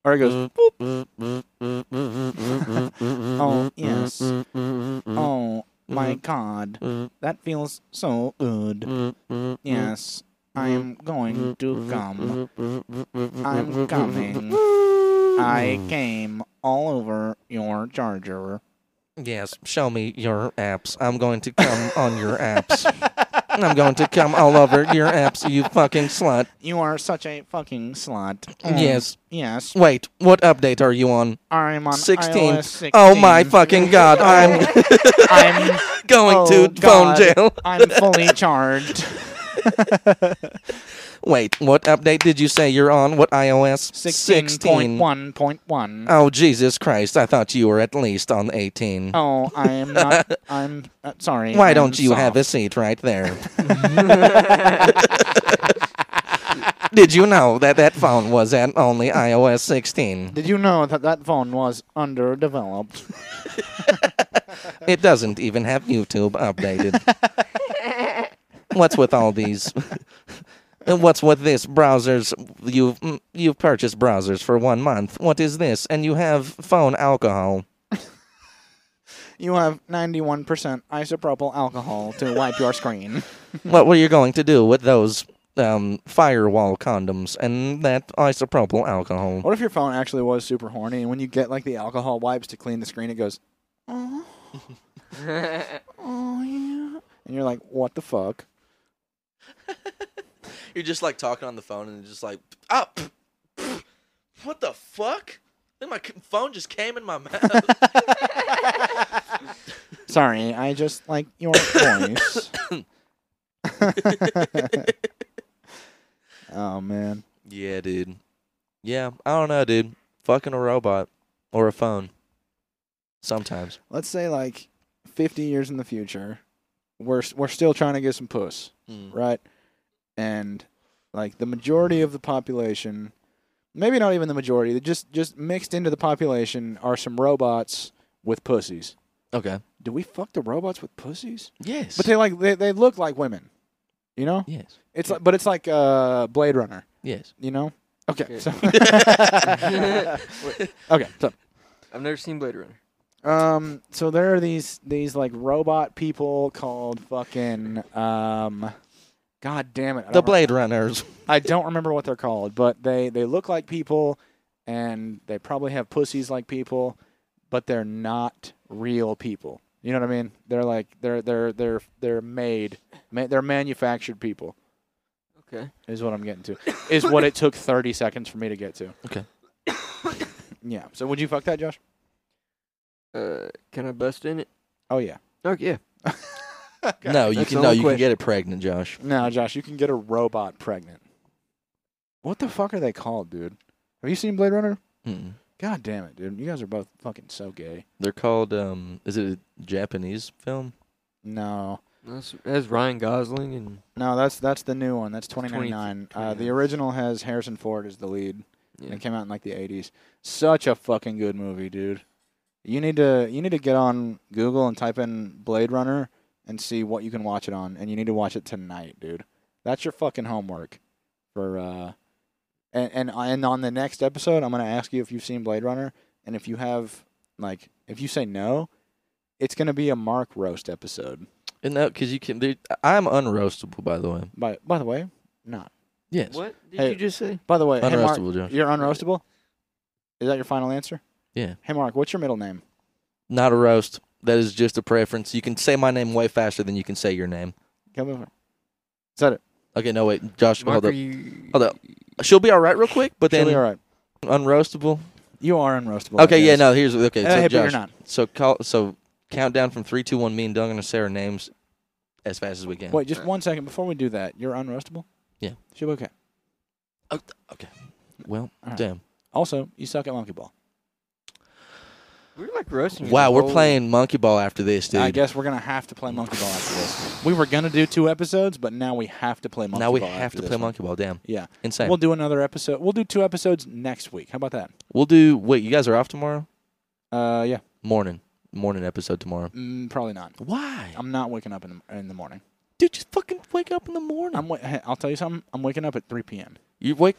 Or it goes, Mm-hmm. oh yes. mm. oh my god, that feels so good. Yes, I'm going to come. I'm coming. I came all over your charger. Mm-hmm. Yes, show me your apps. I'm going to come on your apps. I'm going to come all over your apps, you fucking slut. You are such a fucking slut. Mm. Um, Yes. Yes. Wait, what update are you on? I'm on 16. iOS 16. Oh my fucking god, I'm I'm going oh to God, phone jail. I'm fully charged. Wait, what update did you say you're on? What iOS? 16.1.1. Oh, Jesus Christ. I thought you were at least on 18. Oh, I am not. I'm uh, sorry. Why I'm don't you have a soft. seat right there? did you know that that phone was at only iOS 16? Did you know that that phone was underdeveloped? It doesn't even have YouTube updated. What's with all these? And What's with this browsers? You've mm, you've purchased browsers for one month. What is this? And you have phone alcohol. You have 91% isopropyl alcohol to wipe your screen. What were you going to do with those um, firewall condoms and that isopropyl alcohol? What if your phone actually was super horny, and when you get like the alcohol wipes to clean the screen, it goes, oh, oh yeah, and you're like, what the fuck? You're just like talking on the phone and just like up. what the fuck? Then my phone just came in my mouth. Sorry, I just like your voice. oh man, Yeah, dude. Yeah, I don't know, dude. Fucking a robot or a phone. Sometimes. let's say like 50 years in the future, we're we're still trying to get some puss. Hmm. right? And like the majority of the population, maybe not even the majority, just just mixed into the population are some robots with pussies. Okay. Do we fuck the robots with pussies? Yes. But they like they, they look like women, you know. yes. It's like, but it's like uh, Blade Runner, Yes. you know. Okay, Okay. so Wait, okay, so I've never seen Blade Runner. um, so there are these these like robot people called fucking um, god damn it, I The don't- Blade Runners. I don't remember what they're called, but they they look like people, and they probably have pussies like people, but they're not real people. You know what I mean? They're like they're they're they're they're made, ma- they're manufactured people. Okay. Is what I'm getting to. Is what it took 30 seconds for me to get to. Okay. yeah. So would you fuck that, Josh? Uh, can I bust in it? Oh yeah. Oh yeah. No, you That's can the no, only you can get it pregnant, Josh. No, Josh, you can get a robot pregnant. What the fuck are they called, dude? Have you seen Blade Runner? Mm-mm. God damn it, dude! You guys are both fucking so gay. They're called um is it a Japanese film? No. That's, that's Ryan Gosling and No, that's that's the new one. That's 20 2099. Uh, the 29. original has Harrison Ford as the lead. yeah. It came out in like the 80s. Such a fucking good movie, dude. You need to you need to get on Google and type in Blade Runner and see what you can watch it on, and you need to watch it tonight, dude. That's your fucking homework for uh, and and and on the next episode, I'm gonna ask you if you've seen Blade Runner, and if you have, like, if you say no, it's gonna be a Mark roast episode. And no, because you can. they- I'm unroastable, by the way. By by the way, not. Yes. What did Hey. you just say? By the way, hey, Mark, Unroastable, Josh. You're unroastable? Is that your final answer? Yeah. Hey, Mark, what's your middle name? Not a roast. That is just a preference. You can say my name way faster than you can say your name. Come over. Said it. Okay, no wait, Josh, Mark, hold are up. you? Hold up. She'll be all right real quick, but She'll then be all right. unroastable. You are unroastable. I Okay, yeah, guess. no. Here's okay. Uh, So hey, but Josh, you're not. so call so countdown from three, two, one. Me and Duncan and Sarah names as fast as we can. Wait, just one second. Before we do that, you're unroastable? Yeah. She'll be okay. All Well, right. damn. Also, you suck at monkey ball. We're like roasting. your Wow, we're whole- playing monkey ball after this, dude. I guess we're going to have to play monkey ball after this. We were going to do two episodes, but now we have to play monkey now we ball. have after to this play one. monkey ball. Damn, Yeah. insane. We'll We'll, do another episode. We'll do two episodes next week. How about that? do. Wait, you guys are off tomorrow? Uh, yeah. Morning, morning episode tomorrow. Mm, probably not. Why, I'm not waking up in the, in the morning. dude? Just fucking wake up in the morning. I'm. wa- Hey, I'll tell you something. I'm waking up at 3 p.m. you wake.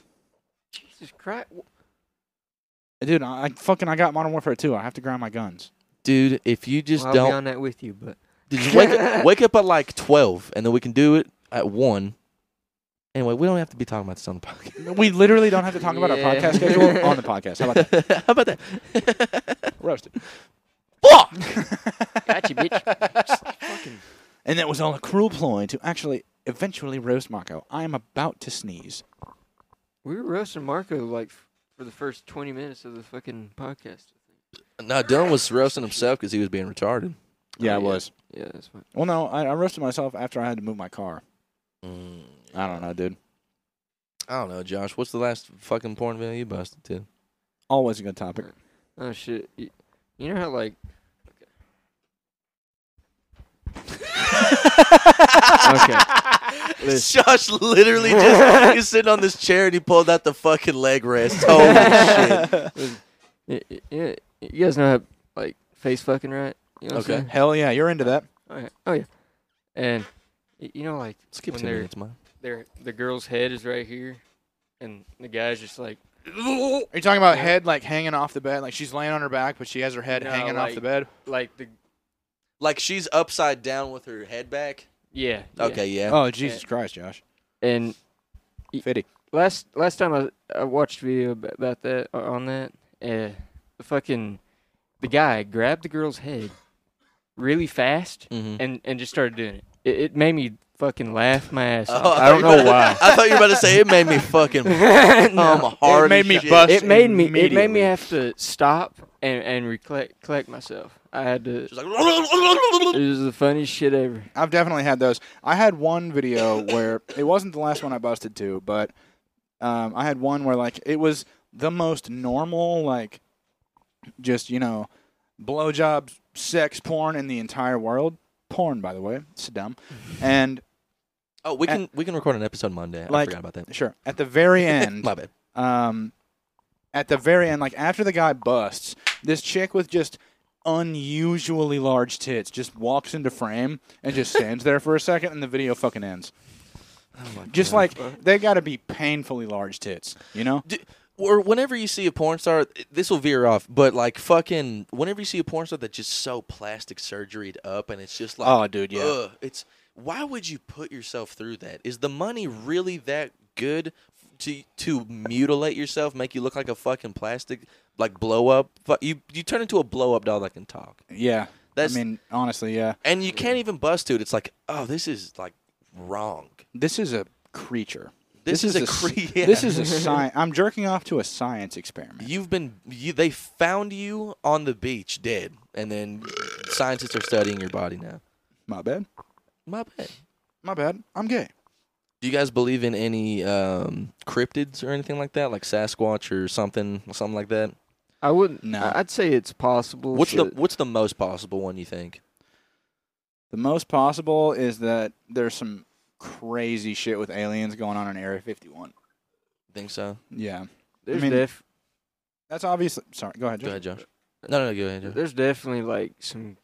Jesus Christ! Dude, I, I fucking I got Modern Warfare 2. I have to grind my guns. Dude, if you just Well, I'll be don't, on that with you, but did you wake up, wake up at like twelve, and then we can do it at one. Anyway, we don't have to be talking about this on the podcast. We literally don't have to talk about our Yeah. podcast schedule on the podcast. How about that? How about that? Roasted. Fuck! gotcha, bitch. And that was all a cruel ploy to actually eventually roast Marco. I am about to sneeze. We were roasting Marco like f- for the first twenty minutes of the fucking podcast. No, Dylan was roasting himself because he was being retarded. Yeah, I was. Yeah, that's fine. Well, no, I, I roasted myself after I had to move my car. I don't know, dude. I don't know, Josh. What's the last fucking porn video you busted to? Always a good topic. Oh shit! You, you know how like Okay. Listen. Josh literally just he's sitting on this chair and he pulled out the fucking leg rest. Holy shit. y- y- y- you guys know how like face fucking, right? You know what Okay. I'm saying? Hell yeah, you're into that. Okay. Oh yeah. And y- you know like Skip when ten they're minutes, man. their the girl's head is right here, and the guy's just like, Are you talking about Yeah. head like hanging off the bed? Like she's laying on her back, but she has her head No, hanging off like- the bed. like the Like she's upside down with her head back. yeah. yeah. Okay, yeah. Oh Jesus Christ, Josh. And Y- Fitty. last last time I I watched a video ab- about that uh, on that, uh, the fucking the guy grabbed the girl's head really fast Mhm. and and just started doing it. It, it made me fucking laugh my ass Oh, off. I I don't thought you know were- why. I thought you were about to say it made me fucking No. um hard. made as me shit. bust It made me. It made immediately. me have to stop and and recollect collect myself. I had to. She's like It was the funniest shit ever. I've definitely had those. I had one video where it wasn't the last one I busted to, but um, I had one where like it was the most normal, like just you know, blowjob sex porn in the entire world. Porn, by the way, it's dumb. And Oh, we can we can record an episode Monday. I Like- forgot about that. sure, at the very end, My bad. um, at the very end, like after the guy busts, this chick with just unusually large tits just walks into frame and just stands there for a second, and the video fucking ends. Oh just like they got to be painfully large tits, you know? D- or whenever you see a porn star, this will veer off, but like fucking, whenever you see a porn star that's just so plastic surgeried up, and it's just like, Oh, dude, yeah. ugh, it's why would you put yourself through that? Is the money really that good to to mutilate yourself, make you look like a fucking plastic, like blow up? Fu- You you turn into a blow up doll that can talk, Yeah, That's- I mean, honestly, yeah. and you can't even bust to it. It's like, oh, this is like wrong. This is a creature. This, is, a, s- cre- yeah. This is a science. I'm jerking off to a science experiment. You've been you, they found you on the beach dead, and then scientists are studying your body now. My bad. My bad. My bad. I'm gay. Do you guys believe in any um, cryptids or anything like that, like Sasquatch or something, something like that? I wouldn't. No. I- I'd say it's Oh, possible. What's the but- What's the most possible one you think? The most possible is that there's some crazy shit with aliens going on in Area 51. Think so? Yeah. there's mean, def- That's obviously. Sorry, go ahead. Go Josh. ahead, Josh. No, no, no go ahead. Josh. There's definitely like some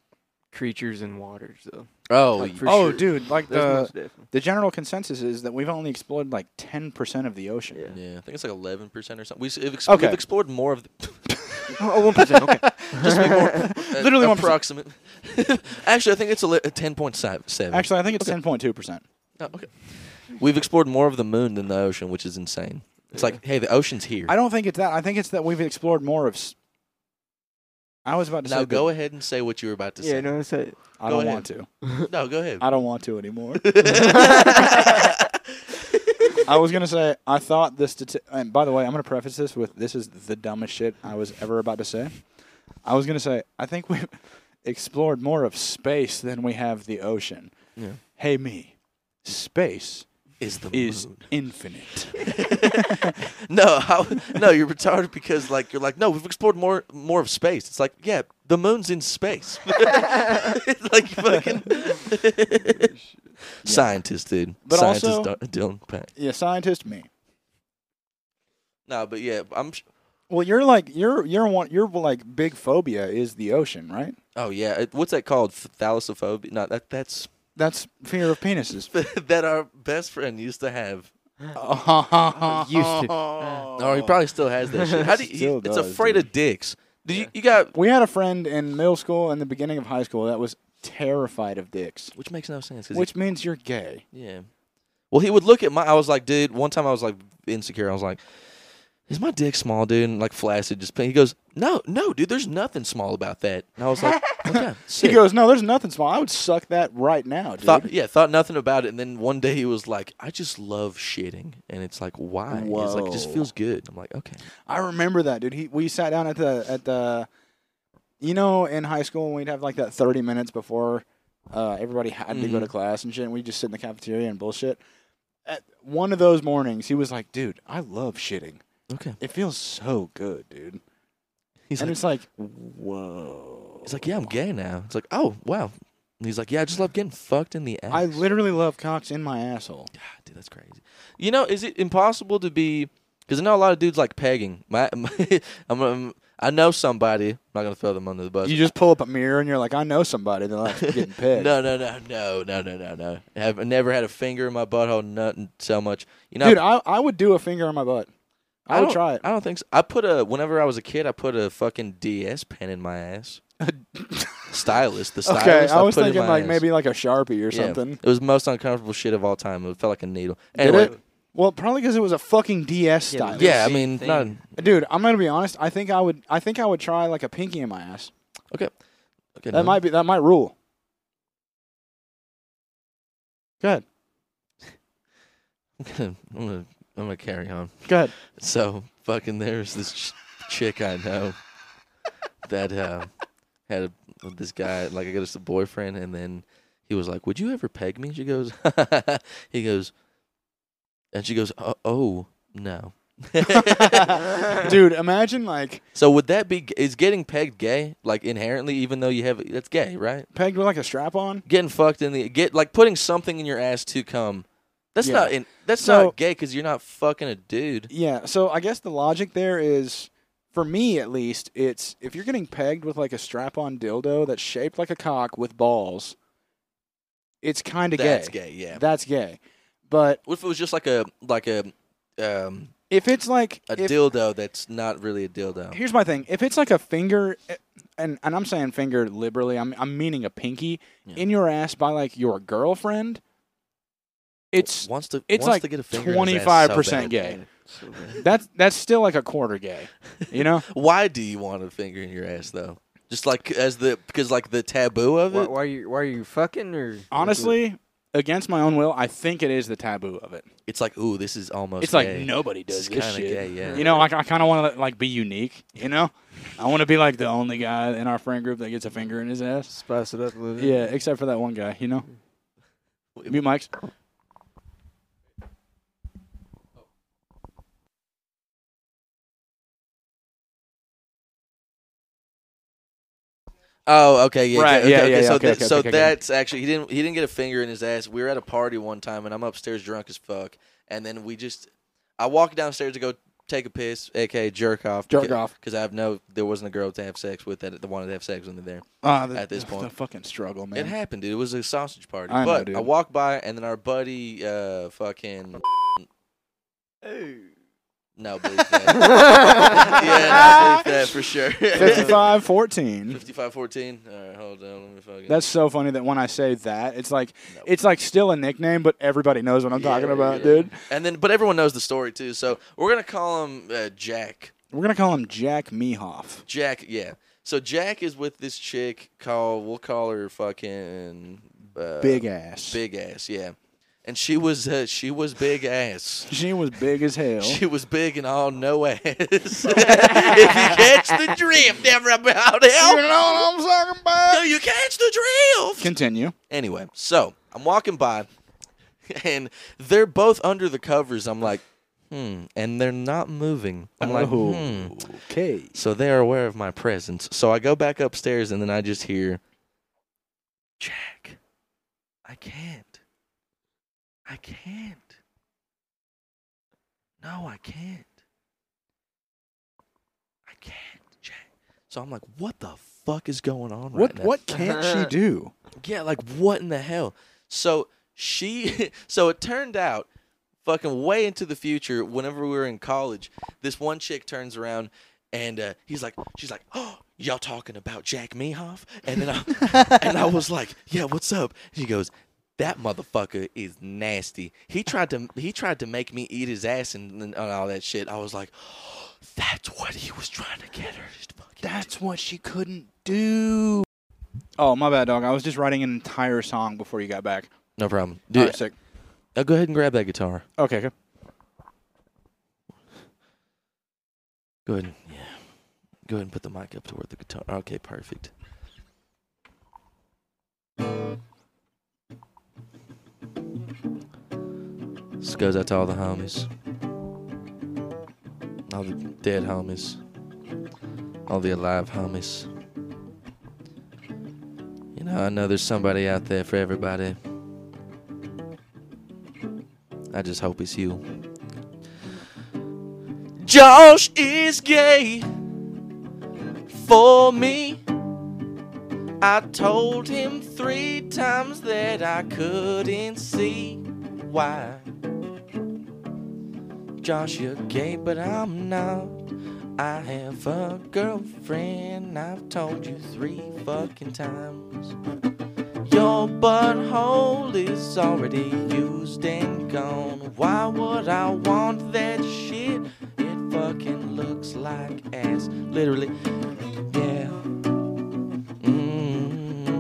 creatures in waters though. Oh, Like, for Oh, sure. dude, like There's the most definitely. the general consensus is that we've only explored like 10% of the ocean. Yeah. yeah. I think it's like eleven percent or something. We've, we've, ex- Okay. we've explored more of the Oh, one percent. Okay. just to be more uh, Literally 1%. approximate. Actually, I think it's a, li- a ten point seven. Actually, I think it's 10.2%. Oh, okay. We've explored more of the moon than the ocean, which is insane. It's like, hey, the ocean's here. I don't think it's that. I think it's that we've explored more of s- I was about to Now say go that- ahead and say what you were about to yeah, say. no, it's a, I go don't ahead. want to. No, go ahead. I don't want to anymore. I was gonna say I thought this. Stati- and by the way, I'm gonna preface this with this is the dumbest shit I was ever about to say. I was gonna say I think we've explored more of space than we have the ocean. Yeah. Hey me, space Is the is moon. infinite. No, how, no, you're retarded because like you're like, no, we've explored more more of space. It's like, yeah, the moon's in space. like fucking scientist, dude. But scientist also- Dar- Dylan Pack. yeah, scientist me. No, but yeah, I'm. sh- Well, you're like you're you're one your like big phobia is the ocean, right? Oh yeah, it- what's that called? Thalassophobia? No, that that's That's fear of penises. that our best friend used to have. used to. Oh, he probably still has that shit. How do you, he, Still it's does, afraid dude. of dicks. Do you, you got We had a friend in middle school and the beginning of high school that was terrified of dicks, which makes no sense. 'cause he- which means you're gay. yeah. Well, he would look at my. I was like, dude. One time I was like insecure. I was like, is my dick small, dude? And like flaccid. Just he goes, no, no, dude. There's nothing small about that. And I was like, okay, sick. He goes, no, there's nothing small. I would suck that right now, dude. Thought, yeah, thought nothing about it, and then one day he was like, "I just love shitting," and it's like, "Why?" He's like, "It just Whoa. feels good." I'm like, "Okay." I remember that, dude. He, we sat down at the at the, you know, in high school when we'd have like that 30 minutes before uh, everybody had to go Mhm. to class and shit, and we just sit in the cafeteria and bullshit. at one of those mornings, he was like, "Dude, I love shitting. Okay. It feels so good, dude." He's and like, it's like, whoa. he's like, yeah, I'm gay now. It's like, oh wow. And he's like, yeah, I just love getting fucked in the ass. I literally love cocks in my asshole. God, dude, that's crazy. You know, is it impossible to be? Because I know a lot of dudes like pegging. My, my I'm, I'm, I know somebody. I'm not gonna throw them under the bus. You just pull up a mirror and you're like, I know somebody. They're like getting pegged. no, no, no, no, no, no, no, no. I've never had a finger in my butthole. Nothing so much. You know, Dude, I, I would do a finger on my butt. I, would don't- try it. I don't think so. I put a whenever I was a kid, I put a fucking DS pen in my ass. stylus, the stylus. okay, I was put in thinking my like ass. maybe like a sharpie or Yeah. something. It was the most uncomfortable shit of all time. It felt like a needle. Did Anyway, it? Well, probably because it was a fucking DS style. but yeah, I Same mean, thing. not, Dude, I'm gonna be honest. I think I would. I think I would try like a pinky in my ass. okay. Okay, That might be. That might rule. Good. I'm gonna, I'm gonna, I'm gonna carry on. Good. So fucking there's this ch- chick I know that uh, had a, this guy like I got us a boyfriend, and then he was like, "Would you ever peg me?" She goes, "He goes," and she goes, "Oh, oh no." Dude, imagine like so would that be is getting pegged gay like inherently, even though you have that's gay, right? pegged with like a strap on. Getting fucked in the get like putting something in your ass to come. That's Yeah. not in, that's So- not gay because you're not fucking a dude. Yeah. So I guess the logic there is, for me at least, it's if you're getting pegged with like a strap on dildo that's shaped like a cock with balls, it's kind of That's gay, yeah. That's gay. But What if it was just like a like a um if it's like a if- dildo that's not really a dildo? Here's my thing. If it's like a finger, and and I'm saying finger liberally, I'm I'm meaning a pinky Yeah. in your ass by like your girlfriend. It's wants to it's wants like to get a finger in his ass so 25% bad. gay. that's that's still like a quarter gay, you know. Why do you want a finger in your ass though? Just like as the because like the taboo of Why, it. why are you? Why are you fucking? Or Honestly, against my own will, I think it is the taboo of it. It's like ooh, this is almost. It's like gay. nobody This does is this, kind of shit. gay. Yeah. You know, like I kind of want to like be unique. You know, I want to be like the only guy in our friend group that gets a finger in his ass. spice it up a little. bit. Yeah, except for that one guy. You know, mute mics. Oh, okay, yeah, Right, okay, yeah, okay, yeah, so okay, that- okay, so okay, okay. that's actually he didn't he didn't get a finger in his ass. We were at a party one time, and I'm upstairs drunk as fuck, and then we just I walk downstairs to go take a piss, aka jerk off, Jerk off. because I have no there wasn't a girl to have sex with that wanted to have sex with me there. Ah, the- At this the- point. the fucking struggle, man. It happened, dude. It was a sausage party. I know, but dude. I walk by, and then our buddy, uh, fucking no, believe that. yeah, no, believe that for sure. 55 14 Fifty-five, fourteen. All right, hold on. Let me fucking. that's so funny that when i say that it's like No. it's like still a nickname but everybody knows what i'm talking Yeah, about yeah. dude And then, but everyone knows the story too. So we're gonna call him uh, Jack. we're gonna call him jack mehoff Jack, yeah. So Jack is with this chick. Call we'll call her fucking uh, big ass big ass, yeah. And she was uh, she was big ass. she was big as hell She was big and all no ass. if you catch the drift, everybody out hell. know what i'm talking Do about you catch the drift? continue Anyway, so I'm walking by, and they're both under the covers. I'm like, hmm, and they're not moving. I'm like, Oh, hmm. okay So they are aware of my presence. So I go back upstairs, and then I just hear, Jack, I can't. I can't. No, I can't. I can't, Jack. So I'm like, what the fuck is going on right what now? what can't she do Yeah, like what in the hell? So she, so it turned out, fucking way into the future. Whenever we were in college, this one chick turns around and uh, he's like, she's like, oh, y'all talking about Jack Mehoff? And then I, and I was like, yeah, what's up? And she goes. That motherfucker is nasty. He tried to he tried to make me eat his ass and, and all that shit. I was like, that's what he was trying to get her. to fucking do." that's what she couldn't do oh my bad dog i was just writing an entire song before you got back no problem. All Dude, right, sick. uh, go ahead and grab that guitar. okay okay Go ahead. and- Yeah. Go ahead and put the mic up toward the guitar. Okay, perfect. This goes out to all the homies. All the dead homies. All the alive homies. You know, I know there's somebody out there for everybody. I just hope it's you. Josh is gay for me. I told him three times that I couldn't see why. Josh, you're gay, but I'm not. I have a girlfriend. I've told you three fucking times. Your butthole is already used and gone. Why would I want that shit? It fucking looks like ass. Literally. Yeah. Mm.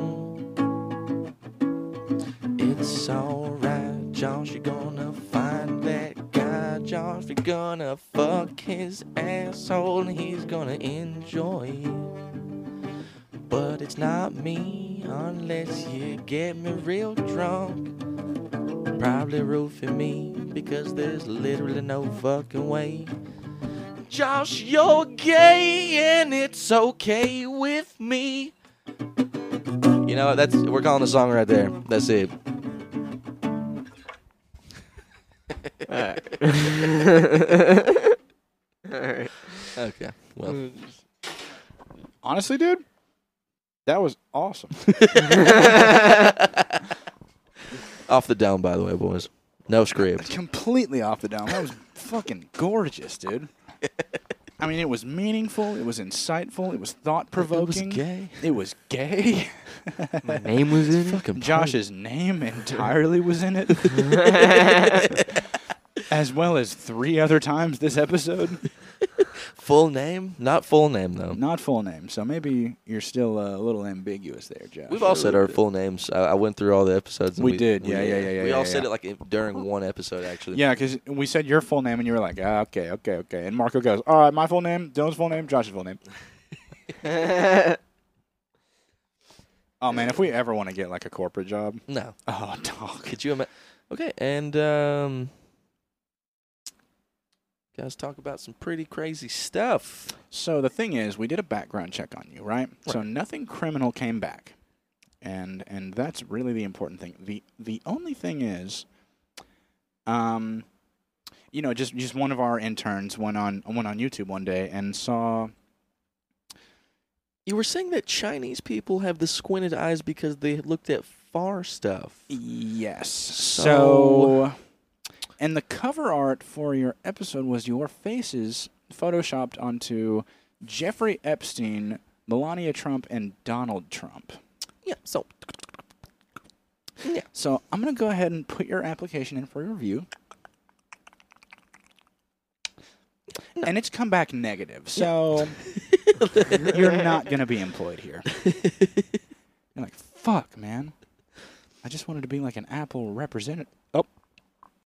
It's alright, Josh. You're gonna find that guy, Josh. You're gonna fuck his asshole and he's gonna enjoy it. But it's not me unless you get me real drunk. Probably roofing me because there's literally no fucking way. Josh, you're gay and it's okay with me. You know, that's we're calling the song right there. That's it. Alright. Alright. Okay. Well, Honestly, dude, that was awesome. off the dome, by the way, boys. No script. Completely off the dome. That was fucking gorgeous, dude. I mean, it was meaningful. It was insightful. It was thought provoking. gay. It was gay. My name was in it. Fucking Josh's name entirely was in it, as well as three other times this episode. full name, not full name though. Not full name, so maybe you're still uh, a little ambiguous there, Josh. We've all said our full names. I, I went through all the episodes. and We did. Yeah, yeah, yeah, yeah, We yeah, all yeah. said it like in- during one episode, actually. Yeah, because we said your full name and you were like, ah, okay, okay, okay. And Marco goes, all right, my full name, Dylan's full name, Josh's full name. Oh man, if we ever want to get like a corporate job, No. oh dog. Could you imagine? Okay, and um, guys, talk about some pretty crazy stuff. So the thing is, we did a background check on you, right? So nothing criminal came back, and and that's really the important thing. the The only thing is, um, you know, just just one of our interns went on went on YouTube one day and saw You were saying that Chinese people have the squinted eyes because they looked at far stuff. E Yes. So- So, and the cover art for your episode was your faces photoshopped onto Jeffrey Epstein, Melania Trump, and Donald Trump. Yeah. So So I'm gonna go ahead and put your application in for review. And it's come back negative, so you're not gonna be employed here. You're like, fuck, man. I just wanted to be like an Apple representative. Oh,